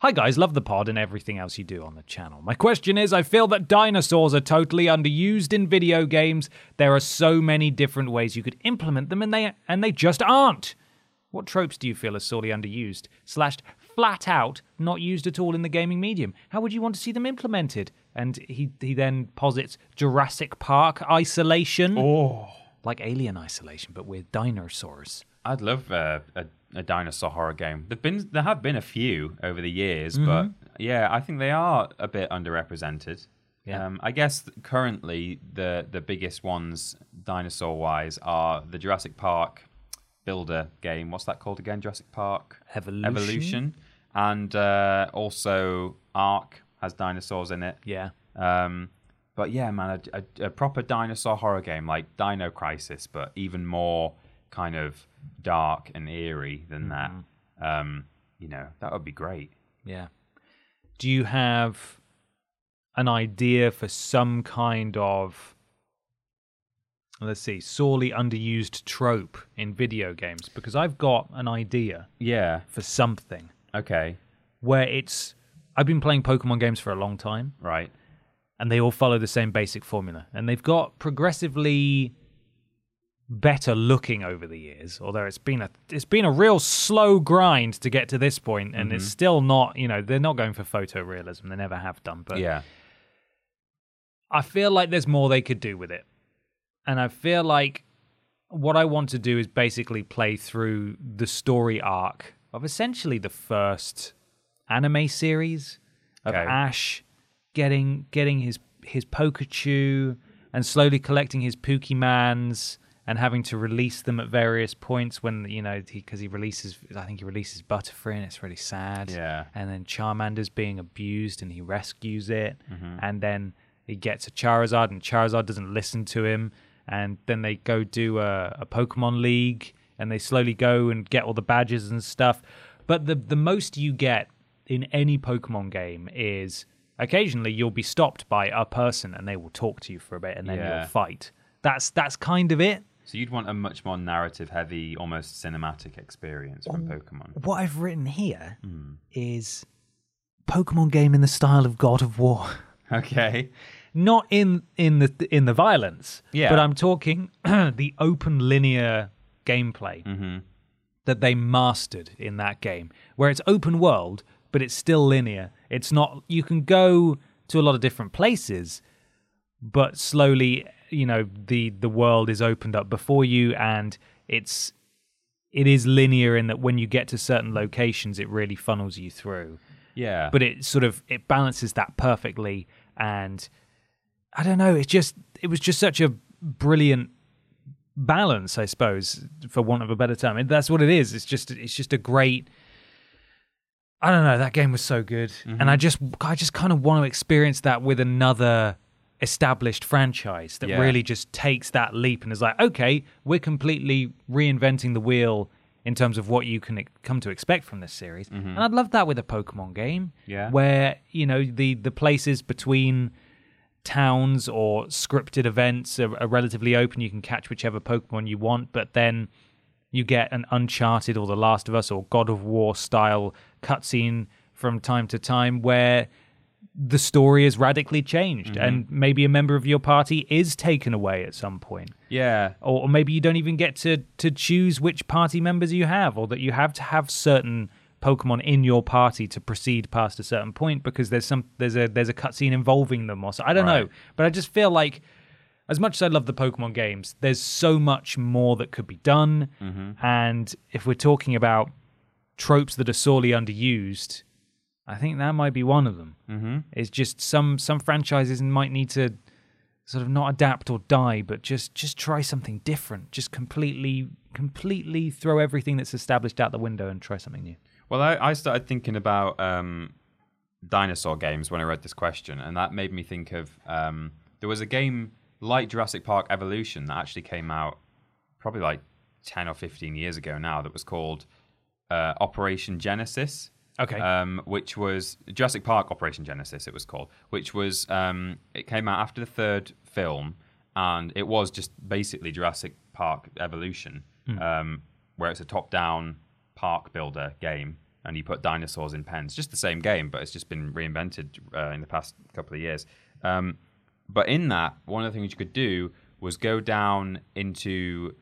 [SPEAKER 3] Hi guys, love the pod and everything else you do on the channel. My question is I feel that dinosaurs are totally underused in video games. There are so many different ways you could implement them and they and they just aren't. What tropes do you feel are sorely underused, slashed flat out, not used at all in the gaming medium? How would you want to see them implemented? And he he then posits Jurassic Park isolation.
[SPEAKER 2] Oh.
[SPEAKER 3] Like alien isolation, but with dinosaurs.
[SPEAKER 2] I'd love uh, a, a dinosaur horror game. There've been there have been a few over the years,
[SPEAKER 3] Mm-hmm.
[SPEAKER 2] but yeah, I think they are a bit underrepresented.
[SPEAKER 3] Yeah.
[SPEAKER 2] Um, I guess th- currently the the biggest ones dinosaur wise are the Jurassic Park Builder game. What's that called again? Jurassic Park
[SPEAKER 3] Evolution?
[SPEAKER 2] Evolution, and uh, also Ark has dinosaurs in it.
[SPEAKER 3] Yeah.
[SPEAKER 2] Um, but yeah, man, a, a, a proper dinosaur horror game like Dino Crisis, but even more kind of dark and eerie than that. Um, you know, that would be great.
[SPEAKER 3] Yeah. Do you have an idea for some kind of let's see, sorely underused trope in video games? Because I've got an idea
[SPEAKER 2] Yeah.
[SPEAKER 3] for something
[SPEAKER 2] Okay.
[SPEAKER 3] where it's I've been playing Pokemon games for a long time
[SPEAKER 2] Right.
[SPEAKER 3] and they all follow the same basic formula. And they've got progressively better looking over the years, although it's been a it's been a real slow grind to get to this point, and it's still not you know they're not going for photorealism, they never have done, but
[SPEAKER 2] yeah.
[SPEAKER 3] I feel like there's more they could do with it. And I feel like what I want to do is basically play through the story arc of essentially the first anime series of
[SPEAKER 2] Okay.
[SPEAKER 3] Ash getting getting his his Pikachu and slowly collecting his Pokemans and having to release them at various points when you know because he, releases I think he releases Butterfree and it's really sad
[SPEAKER 2] Yeah.
[SPEAKER 3] and then Charmander's being abused and he rescues it and then he gets a Charizard and Charizard doesn't listen to him and then they go do a, a Pokemon League and they slowly go and get all the badges and stuff but the the most you get in any Pokemon game is occasionally you'll be stopped by a person and they will talk to you for a bit and then
[SPEAKER 2] Yeah.
[SPEAKER 3] you'll fight that's that's kind of it
[SPEAKER 2] So you'd want a much more narrative heavy, almost cinematic experience from Pokemon.
[SPEAKER 3] what I've written here is Pokemon game in the style of God of War
[SPEAKER 2] Okay.
[SPEAKER 3] not in in the in the violence
[SPEAKER 2] Yeah.
[SPEAKER 3] but i'm talking the open linear gameplay
[SPEAKER 2] Hmm. Mm-hmm.
[SPEAKER 3] that they mastered in that game where it's open world but it's still linear it's not you can go to a lot of different places but slowly you know the the world is opened up before you and it's it is linear in that when you get to certain locations it really funnels you through
[SPEAKER 2] Yeah.
[SPEAKER 3] but it sort of it balances that perfectly and i don't know it just it was just such a brilliant balance i suppose for want of a better term And that's what it is it's just it's just a great i don't know that game was so good and i
[SPEAKER 2] Mm-hmm.
[SPEAKER 3] just i just kind of want to experience that with another established franchise that
[SPEAKER 2] Yeah.
[SPEAKER 3] really just takes that leap and is like okay we're completely reinventing the wheel in terms of what you can e- come to expect from this series and i'd love that with a pokemon game
[SPEAKER 2] Yeah.
[SPEAKER 3] where you know the the places between towns or scripted events are, are relatively open. You can catch whichever Pokemon you want, but then you get an Uncharted or The Last of Us or God of War style cutscene from time to time where the story is radically changed and maybe a member of your party is taken away at some point.
[SPEAKER 2] yeah.
[SPEAKER 3] Or, or maybe you don't even get to, to choose which party members you have, or that you have to have certain Pokemon in your party to proceed past a certain point because there's some there's a there's a cutscene involving them or so. I don't know,
[SPEAKER 2] Right.
[SPEAKER 3] but I just feel like as much as I love the Pokemon games, there's so much more that could be done, and if we're talking about tropes that are sorely underused, I think that might be one of them. Mm-hmm. It's just some some franchises might need to sort of not adapt or die, but just just try something different. Just completely completely throw everything that's established out the window and try something new.
[SPEAKER 2] Well, I, I started thinking about um, dinosaur games when I read this question, and that made me think of um, there was a game like Jurassic Park Evolution that actually came out probably like 10 or 15 years ago now that was called uh, Operation Genesis.
[SPEAKER 3] Okay.
[SPEAKER 2] um, which was Jurassic Park Operation Genesis, it was called, which was, um, it came out after the third film, and it was just basically Jurassic Park Evolution, um, where it's a top down park builder game, and you put dinosaurs in pens. Just the same game, but it's just been reinvented uh, in the past couple of years. Um, but in that, one of the things you could do was go down into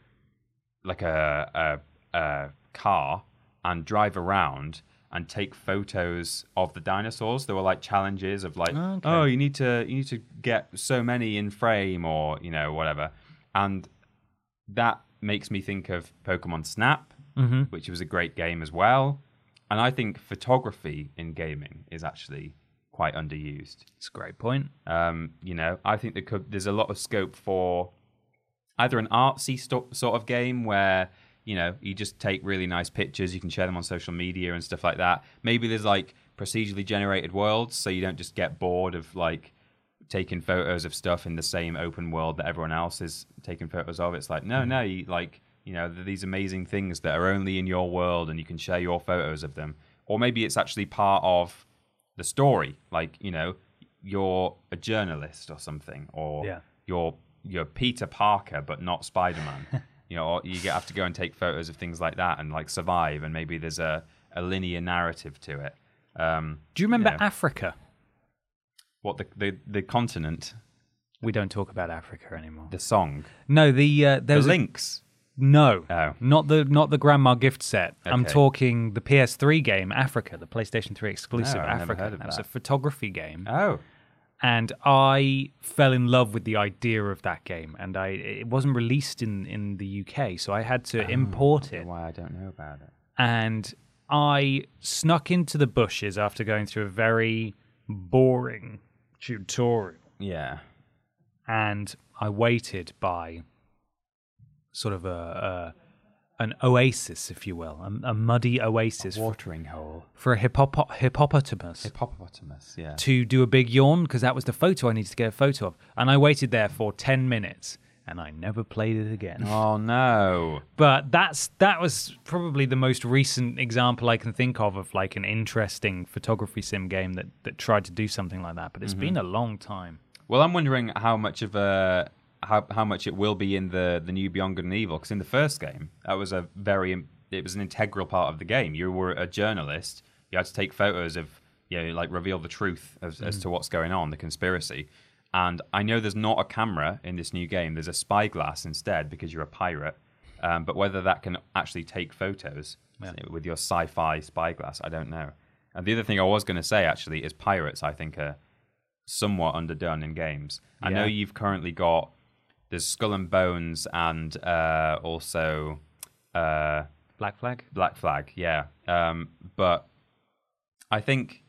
[SPEAKER 2] like a, a, a car and drive around and take photos of the dinosaurs. There were like challenges of like, oh, you need to you need to get so many in frame or you know whatever, and that makes me think of Pokemon Snap, which was a great game as well. And I think photography in gaming is actually quite underused.
[SPEAKER 3] It's a great point.
[SPEAKER 2] Um, you know, I think there could, there's a lot of scope for either an artsy sto- sort of game where you know you just take really nice pictures, you can share them on social media and stuff like that. Maybe there's like procedurally generated worlds, so you don't just get bored of like taking photos of stuff in the same open world that everyone else is taking photos of. It's like no,
[SPEAKER 3] Mm-hmm.
[SPEAKER 2] no, you like you know th- these amazing things that are only in your world, and you can share your photos of them. Or maybe it's actually part of the story. Like, you know, you're a journalist or something, or
[SPEAKER 3] Yeah.
[SPEAKER 2] you're you're Peter Parker but not Spider Man. you know, or you get- have to go and take photos of things like that and like survive, and maybe there's a, a linear narrative to it. Um,
[SPEAKER 3] Do you remember
[SPEAKER 2] Yeah.
[SPEAKER 3] Africa?
[SPEAKER 2] what the, the the continent,
[SPEAKER 3] We don't talk about Africa anymore.
[SPEAKER 2] the song,
[SPEAKER 3] no, the uh,
[SPEAKER 2] the
[SPEAKER 3] there's a-
[SPEAKER 2] links.
[SPEAKER 3] no,
[SPEAKER 2] Oh.
[SPEAKER 3] not the not the grandma gift set. I'm
[SPEAKER 2] Okay.
[SPEAKER 3] talking the PS3 game Africa, the PlayStation 3 exclusive
[SPEAKER 2] No, I've Oh, never
[SPEAKER 3] Africa.
[SPEAKER 2] heard of
[SPEAKER 3] was a
[SPEAKER 2] that.
[SPEAKER 3] photography game,
[SPEAKER 2] Oh,
[SPEAKER 3] and I fell in love with the idea of that game. And I it wasn't released in in the UK, so I had to
[SPEAKER 2] Oh,
[SPEAKER 3] import it.
[SPEAKER 2] why I don't know about it.
[SPEAKER 3] and I snuck into the bushes after going through a very boring tutorial.
[SPEAKER 2] Yeah,
[SPEAKER 3] And I waited by sort of a, a an oasis, if you will, a, a muddy oasis for,
[SPEAKER 2] watering hole,
[SPEAKER 3] for a hippopo- hippopotamus
[SPEAKER 2] hippopotamus. Yeah,
[SPEAKER 3] to do a big yawn because that was the photo I needed to get a photo of. And I waited there for 10 minutes and I never played it again.
[SPEAKER 2] oh no.
[SPEAKER 3] but that's that was probably the most recent example I can think of of like an interesting photography sim game that that tried to do something like that. But it's been a long time.
[SPEAKER 2] Well, I'm wondering how much of a how how much it will be in the the new Beyond Good and Evil because in the first game that was a very it was an integral part of the game. You were a journalist. You had to take photos of you know like reveal the truth as, as to what's going on, the conspiracy. And I know there's not a camera in this new game. There's a spyglass instead because you're a pirate. Um, but whether that can actually take photos with your sci-fi spyglass, I don't know. And the other thing I was going to say actually is pirates. I think are somewhat underdone in games. I know
[SPEAKER 3] Yeah.
[SPEAKER 2] you've currently got there's Skull and Bones and uh, also uh,
[SPEAKER 3] Black Flag.
[SPEAKER 2] Black Flag, yeah. Um, but I think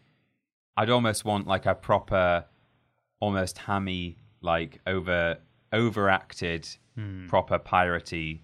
[SPEAKER 2] I'd almost want like a proper, almost hammy, like over overacted,
[SPEAKER 3] Hmm.
[SPEAKER 2] proper piratey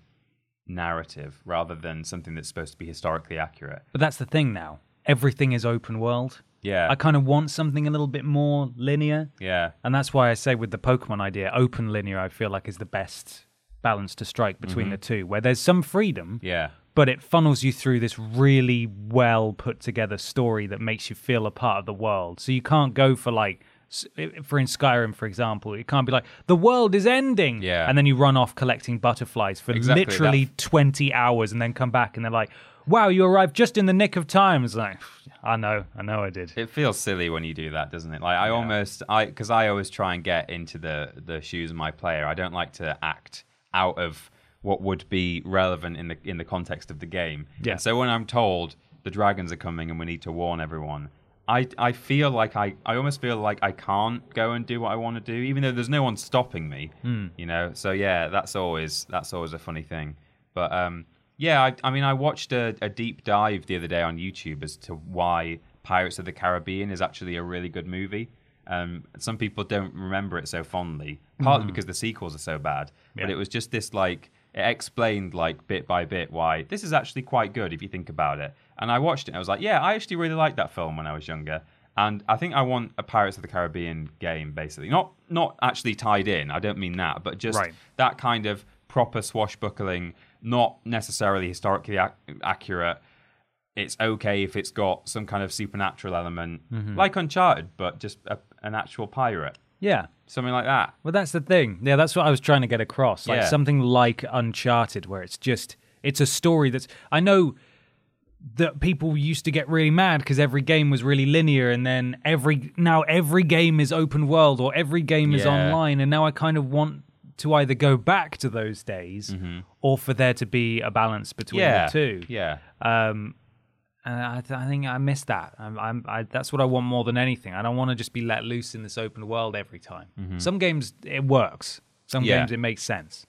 [SPEAKER 2] narrative rather than something that's supposed to be historically accurate.
[SPEAKER 3] But that's the thing now. Everything is open world.
[SPEAKER 2] Yeah,
[SPEAKER 3] I kind of want something a little bit more linear,
[SPEAKER 2] yeah.
[SPEAKER 3] and that's why I say with the Pokemon idea, open linear I feel like is the best balance to strike between the two, where there's some freedom,
[SPEAKER 2] Yeah,
[SPEAKER 3] but it funnels you through this really well put together story that makes you feel a part of the world. So you can't go for like, s- for in Skyrim, for example, it can't be like the world is ending,
[SPEAKER 2] Yeah.
[SPEAKER 3] and then you run off collecting butterflies for
[SPEAKER 2] Exactly,
[SPEAKER 3] literally
[SPEAKER 2] that-
[SPEAKER 3] twenty hours, and then come back and they're like, "Wow, you arrived just in the nick of time." It's like, I know, I know, I did.
[SPEAKER 2] it feels silly when you do that, doesn't it? Like I almost, I because I always try and get into the the shoes of my player. I don't like to act out of what would be relevant in the in the context of the game.
[SPEAKER 3] Yeah.
[SPEAKER 2] And so when I'm told the dragons are coming and we need to warn everyone, I I feel like I I almost feel like I can't go and do what I want to do, even though there's no one stopping me. You know. So yeah, that's always that's always a funny thing. But um, yeah, I, I mean, I watched a, a deep dive the other day on YouTube as to why Pirates of the Caribbean is actually a really good movie. Um, some people don't remember it so fondly, partly because the sequels are so bad. But it was just this like it explained like bit by bit why this is actually quite good if you think about it. And I watched it and I was like, yeah, I actually really liked that film when I was younger. And I think I want a Pirates of the Caribbean game basically. Not not actually tied in. I don't mean that, but just
[SPEAKER 3] Right.
[SPEAKER 2] that kind of proper swashbuckling, not necessarily historically ac- accurate it's okay if it's got some kind of supernatural element,
[SPEAKER 3] Mm-hmm.
[SPEAKER 2] like Uncharted, but just a, an actual pirate,
[SPEAKER 3] Yeah.
[SPEAKER 2] something like that.
[SPEAKER 3] Well, that's the thing. Yeah, that's what I was trying to get across. Like
[SPEAKER 2] Yeah.
[SPEAKER 3] something like Uncharted, where it's just it's a story that's. I know that people used to get really mad because every game was really linear, and then every now every game is open world or every game is
[SPEAKER 2] Yeah.
[SPEAKER 3] online, and now I kind of want to either go back to those days or for there to be a balance between
[SPEAKER 2] Mm-hmm. yeah,
[SPEAKER 3] the two.
[SPEAKER 2] yeah.
[SPEAKER 3] Um, and I, th- I think I miss that. I'm, I'm, I, that's what I want more than anything. I don't want to just be let loose in this open world every time. Some games it works. Some
[SPEAKER 2] Mm-hmm. Yeah.
[SPEAKER 3] games it makes sense.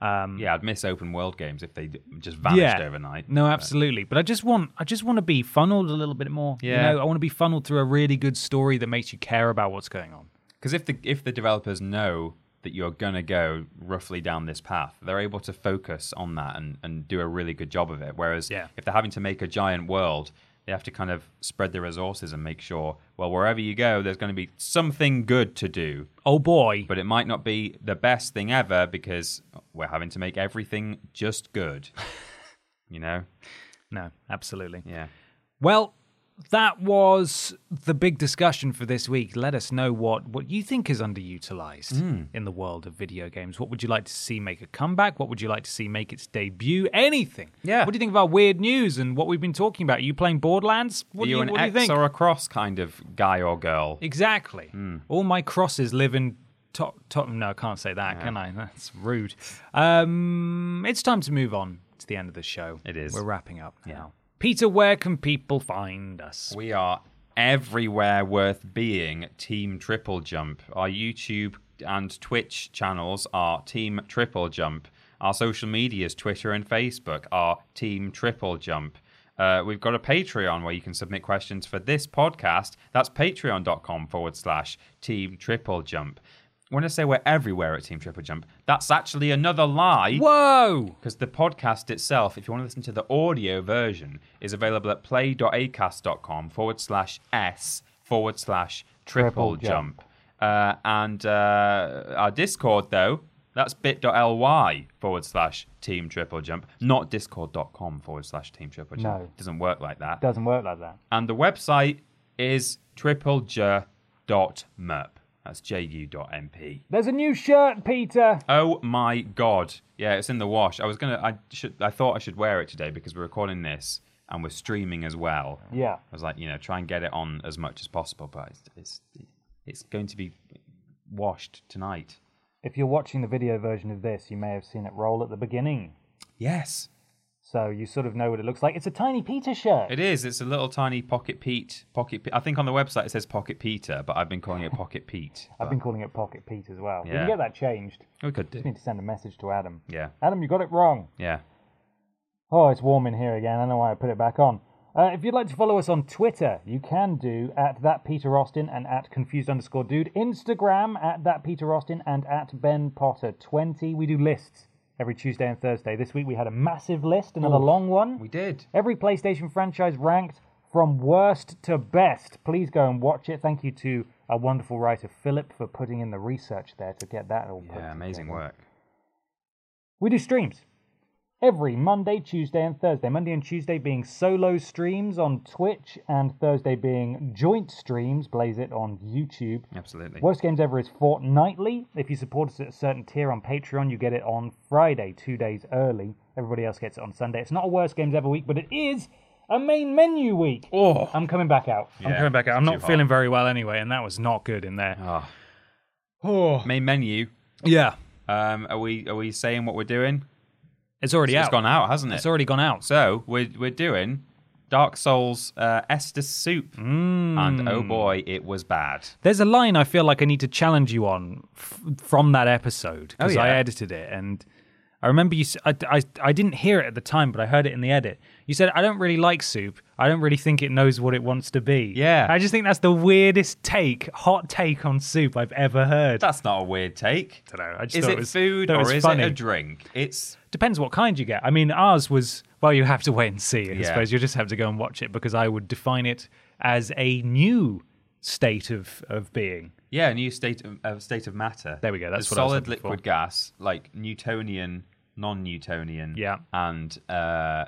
[SPEAKER 3] Um, Mm.
[SPEAKER 2] Yeah, I'd miss open world games if they d- just vanished overnight.
[SPEAKER 3] No, absolutely. But I just want I just want to be funneled a little bit more. You
[SPEAKER 2] Yeah.
[SPEAKER 3] know, I want to be funneled through a really good story that makes you care about what's going on.
[SPEAKER 2] Because if the if the developers know that you're gonna go roughly down this path, they're able to focus on that and, and do a really good job of it. Whereas
[SPEAKER 3] Yeah.
[SPEAKER 2] if they're having to make a giant world, they have to kind of spread their resources and make sure, well, wherever you go, there's gonna be something good to do.
[SPEAKER 3] Oh boy.
[SPEAKER 2] But it might not be the best thing ever because we're having to make everything just good. you know?
[SPEAKER 3] no, absolutely.
[SPEAKER 2] Yeah.
[SPEAKER 3] Well, that was the big discussion for this week. Let us know what, what you think is underutilized
[SPEAKER 2] Hmm.
[SPEAKER 3] in the world of video games. What would you like to see make a comeback? What would you like to see make its debut? Anything.
[SPEAKER 2] Yeah.
[SPEAKER 3] What do you think about weird news and what we've been talking about? Are you playing Borderlands? What
[SPEAKER 2] Are
[SPEAKER 3] do
[SPEAKER 2] you
[SPEAKER 3] you,
[SPEAKER 2] an
[SPEAKER 3] what do you
[SPEAKER 2] X
[SPEAKER 3] think?
[SPEAKER 2] or Hmm. a cross kind of guy or girl?
[SPEAKER 3] Exactly. All my crosses live in top. top no, I can't say that, can I? That's rude. Um, it's time to move on to the end of the show.
[SPEAKER 2] It is.
[SPEAKER 3] We're wrapping up now. Peter, where can people find us?
[SPEAKER 2] We are everywhere worth being Team Triple Jump. Our YouTube and Twitch channels are Team Triple Jump. Our social medias, Twitter and Facebook, are Team Triple Jump. Uh, we've got a Patreon where you can submit questions for this podcast. That's patreon.com forward slash Team Triple Jump. When I say we're everywhere at Team Triple Jump, that's actually another lie
[SPEAKER 3] Whoa!
[SPEAKER 2] because the podcast itself, if you want to listen to the audio version, is available at play.acast.com forward slash s forward slash
[SPEAKER 1] Triple
[SPEAKER 2] triple
[SPEAKER 1] jump.
[SPEAKER 2] jump. Uh, and uh, our Discord, though, that's bit.ly forward slash team triple jump, not discord.com forward slash team triple jump.
[SPEAKER 1] No.
[SPEAKER 2] doesn't work like that.
[SPEAKER 1] Doesn't work like that.
[SPEAKER 2] And the website is triplej.merp. That's ju.mp.
[SPEAKER 1] There's a new shirt, Peter.
[SPEAKER 2] Oh my god! Yeah, it's in the wash. I was gonna. I should. I thought I should wear it today because we're recording this and we're streaming as well.
[SPEAKER 1] Yeah.
[SPEAKER 2] I was like, you know, try and get it on as much as possible, but it's it's, it's going to be washed tonight.
[SPEAKER 1] If you're watching the video version of this, you may have seen it roll at the beginning.
[SPEAKER 2] Yes,
[SPEAKER 1] So you sort of know what it looks like. It's a tiny Peter shirt.
[SPEAKER 2] it is. It's a little tiny pocket Pete. Pocket. Pe- I think on the website it says pocket Peter, but I've been calling it pocket Pete.
[SPEAKER 1] I've been calling it Pocket Pete as well. We
[SPEAKER 2] Yeah.
[SPEAKER 1] can get that changed.
[SPEAKER 2] We could
[SPEAKER 1] Just
[SPEAKER 2] do.
[SPEAKER 1] need to send a message to Adam.
[SPEAKER 2] Yeah.
[SPEAKER 1] Adam, you got it wrong.
[SPEAKER 2] Yeah.
[SPEAKER 1] Oh, it's warm in here again. I know why I put it back on. Uh, if you'd like to follow us on Twitter, you can do at that Peter Austin and at confused underscore dude. Instagram at that Peter Austin and at Ben Potter twenty. We do lists every Tuesday and Thursday. This week we had a massive list, another long one.
[SPEAKER 2] We did.
[SPEAKER 1] Every PlayStation franchise ranked from worst to best. Please go and watch it. Thank you to our wonderful writer Philip for putting in the research there to get that all. put
[SPEAKER 2] Yeah. Amazing
[SPEAKER 1] together.
[SPEAKER 2] work.
[SPEAKER 1] We do streams every Monday, Tuesday, and Thursday. Monday and Tuesday being solo streams on Twitch, and Thursday being joint streams, Blaze It, on YouTube.
[SPEAKER 2] Absolutely.
[SPEAKER 1] Worst Games Ever is fortnightly. If you support us at a certain tier on Patreon, you get it on Friday, two days early. Everybody else gets it on Sunday. It's not a Worst Games Ever week, but it is a main menu week.
[SPEAKER 3] Oh.
[SPEAKER 1] I'm coming back out.
[SPEAKER 3] I'm
[SPEAKER 2] Yeah,
[SPEAKER 3] coming back out. I'm
[SPEAKER 2] it's
[SPEAKER 3] not
[SPEAKER 2] too
[SPEAKER 3] feeling
[SPEAKER 2] hot.
[SPEAKER 3] very well anyway, and that was not good in there.
[SPEAKER 2] Ah.
[SPEAKER 3] Oh.
[SPEAKER 2] Main menu.
[SPEAKER 3] Yeah.
[SPEAKER 2] Um, are we are we saying what we're doing?
[SPEAKER 3] It's already
[SPEAKER 2] It's
[SPEAKER 3] out.
[SPEAKER 2] gone out, hasn't it?
[SPEAKER 3] It's already gone out.
[SPEAKER 2] So we're we're doing Dark Souls uh, Esther soup,
[SPEAKER 3] Mm.
[SPEAKER 2] and oh boy, it was bad.
[SPEAKER 3] There's a line I feel like I need to challenge you on f- from that episode
[SPEAKER 2] Oh,
[SPEAKER 3] because I
[SPEAKER 2] yeah.
[SPEAKER 3] edited it and I remember you. s- I, I- I didn't hear it at the time, but I heard it in the edit. You said, I don't really like soup. I don't really think it knows what it wants to be.
[SPEAKER 2] Yeah.
[SPEAKER 3] I just think that's the weirdest take, hot take on soup I've ever heard.
[SPEAKER 2] That's not a weird take.
[SPEAKER 3] Dunno, I just
[SPEAKER 2] is
[SPEAKER 3] thought
[SPEAKER 2] it
[SPEAKER 3] it was-
[SPEAKER 2] food
[SPEAKER 3] thought it
[SPEAKER 2] or
[SPEAKER 3] was
[SPEAKER 2] is
[SPEAKER 3] funny.
[SPEAKER 2] it a drink? It's
[SPEAKER 3] Depends what kind you get. I mean, ours was, well, you have to wait and see. I
[SPEAKER 2] Yeah.
[SPEAKER 3] suppose you just have to go and watch it because I would define it as a new state of, of being.
[SPEAKER 2] yeah, a new state of uh, state of matter.
[SPEAKER 3] There we go, that's
[SPEAKER 2] The
[SPEAKER 3] what I was
[SPEAKER 2] solid
[SPEAKER 3] looking for.
[SPEAKER 2] liquid gas, like Newtonian, non-Newtonian,
[SPEAKER 3] Yeah.
[SPEAKER 2] and uh,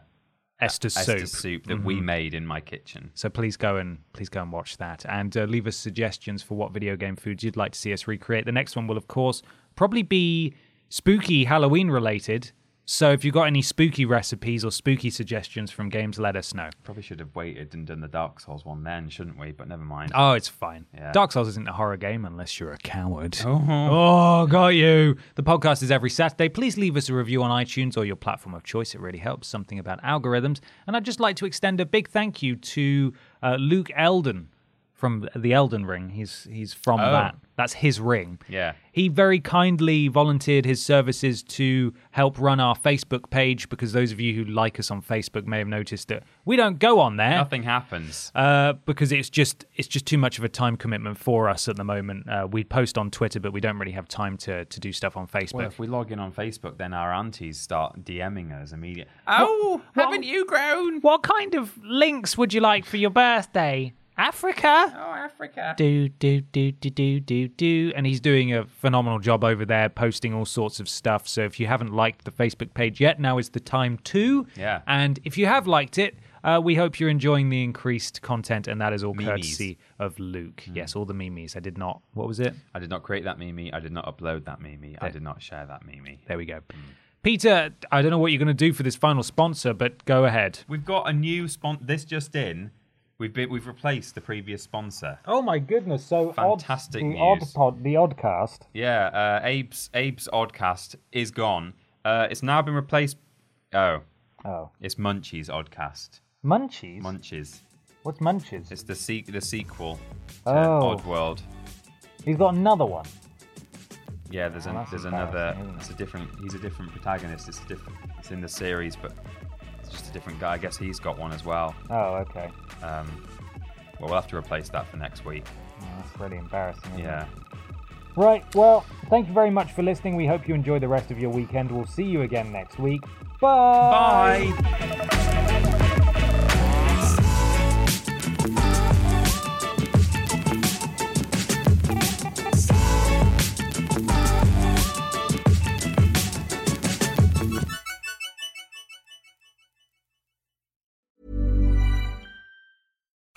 [SPEAKER 3] Esther's
[SPEAKER 2] Esther
[SPEAKER 3] soup. Mm-hmm.
[SPEAKER 2] soup that we made in my kitchen.
[SPEAKER 3] So please go and please go and watch that, and uh, leave us suggestions for what video game foods you'd like to see us recreate. The next one will, of course, probably be spooky Halloween related. So if you've got any spooky recipes or spooky suggestions from games, let us know.
[SPEAKER 2] Probably should have waited and done the Dark Souls one then, shouldn't we? But never mind.
[SPEAKER 3] Oh, it's fine.
[SPEAKER 2] Yeah.
[SPEAKER 3] Dark Souls isn't a horror game unless you're a coward.
[SPEAKER 2] Mm-hmm.
[SPEAKER 3] Oh, got you. The podcast is every Saturday. Please leave us a review on iTunes or your platform of choice. It really helps. Something about algorithms. And I'd just like to extend a big thank you to uh, Luke Eldon from the Elden Ring. He's he's from
[SPEAKER 2] Oh.
[SPEAKER 3] that. That's his ring.
[SPEAKER 2] Yeah.
[SPEAKER 3] He very kindly volunteered his services to help run our Facebook page because those of you who like us on Facebook may have noticed that we don't go on there
[SPEAKER 2] Nothing happens.
[SPEAKER 3] uh, because it's just it's just too much of a time commitment for us at the moment. Uh, we post on Twitter, but we don't really have time to to do stuff on Facebook.
[SPEAKER 2] Well, if we log in on Facebook, then our aunties start DMing us immediately. Oh, haven't you grown?
[SPEAKER 3] what kind of links would you like for your birthday? Africa.
[SPEAKER 2] Oh, Africa.
[SPEAKER 3] Do do do do do do do, and he's doing a phenomenal job over there, posting all sorts of stuff. So if you haven't liked the Facebook page yet, now is the time to.
[SPEAKER 2] Yeah.
[SPEAKER 3] And if you have liked it, uh, we hope you're enjoying the increased content, and that is all
[SPEAKER 2] Memes. Hmm.
[SPEAKER 3] courtesy of Luke. Yes, all the memes. I did not. What was it?
[SPEAKER 2] I did not create that meme. I did not upload that meme. I did not share that meme.
[SPEAKER 3] There we go.
[SPEAKER 2] Hmm.
[SPEAKER 3] Peter, I don't know what you're going to do for this final sponsor, but go ahead.
[SPEAKER 2] We've got a new sponsor. This just in. We've been, we've replaced the previous sponsor.
[SPEAKER 1] Oh my goodness! So
[SPEAKER 2] Fantastic
[SPEAKER 1] odd, the
[SPEAKER 2] news.
[SPEAKER 1] odd pod, the oddcast.
[SPEAKER 2] Yeah, uh, Abe's Abe's Oddcast is gone. Uh, it's now been replaced. Oh,
[SPEAKER 1] Oh,
[SPEAKER 2] it's Munchies Oddcast.
[SPEAKER 1] munchies.
[SPEAKER 2] Munchies.
[SPEAKER 1] What's munchies?
[SPEAKER 2] It's the se- the sequel to
[SPEAKER 1] Oh.
[SPEAKER 2] Oddworld.
[SPEAKER 1] He's got another one.
[SPEAKER 2] Yeah, there's an,
[SPEAKER 1] that's
[SPEAKER 2] there's another.
[SPEAKER 1] embarrassing, isn't
[SPEAKER 2] It's a different. He's a different protagonist. It's a different. It's in the series, but it's just a different guy. I guess he's got one as well.
[SPEAKER 1] Oh, okay.
[SPEAKER 2] Um, well, we'll have to replace that for next week.
[SPEAKER 1] Oh, that's really embarrassing. isn't
[SPEAKER 2] Yeah.
[SPEAKER 1] it? Right. Well, thank you very much for listening. We hope you enjoy the rest of your weekend. We'll see you again next week. Bye.
[SPEAKER 2] Bye.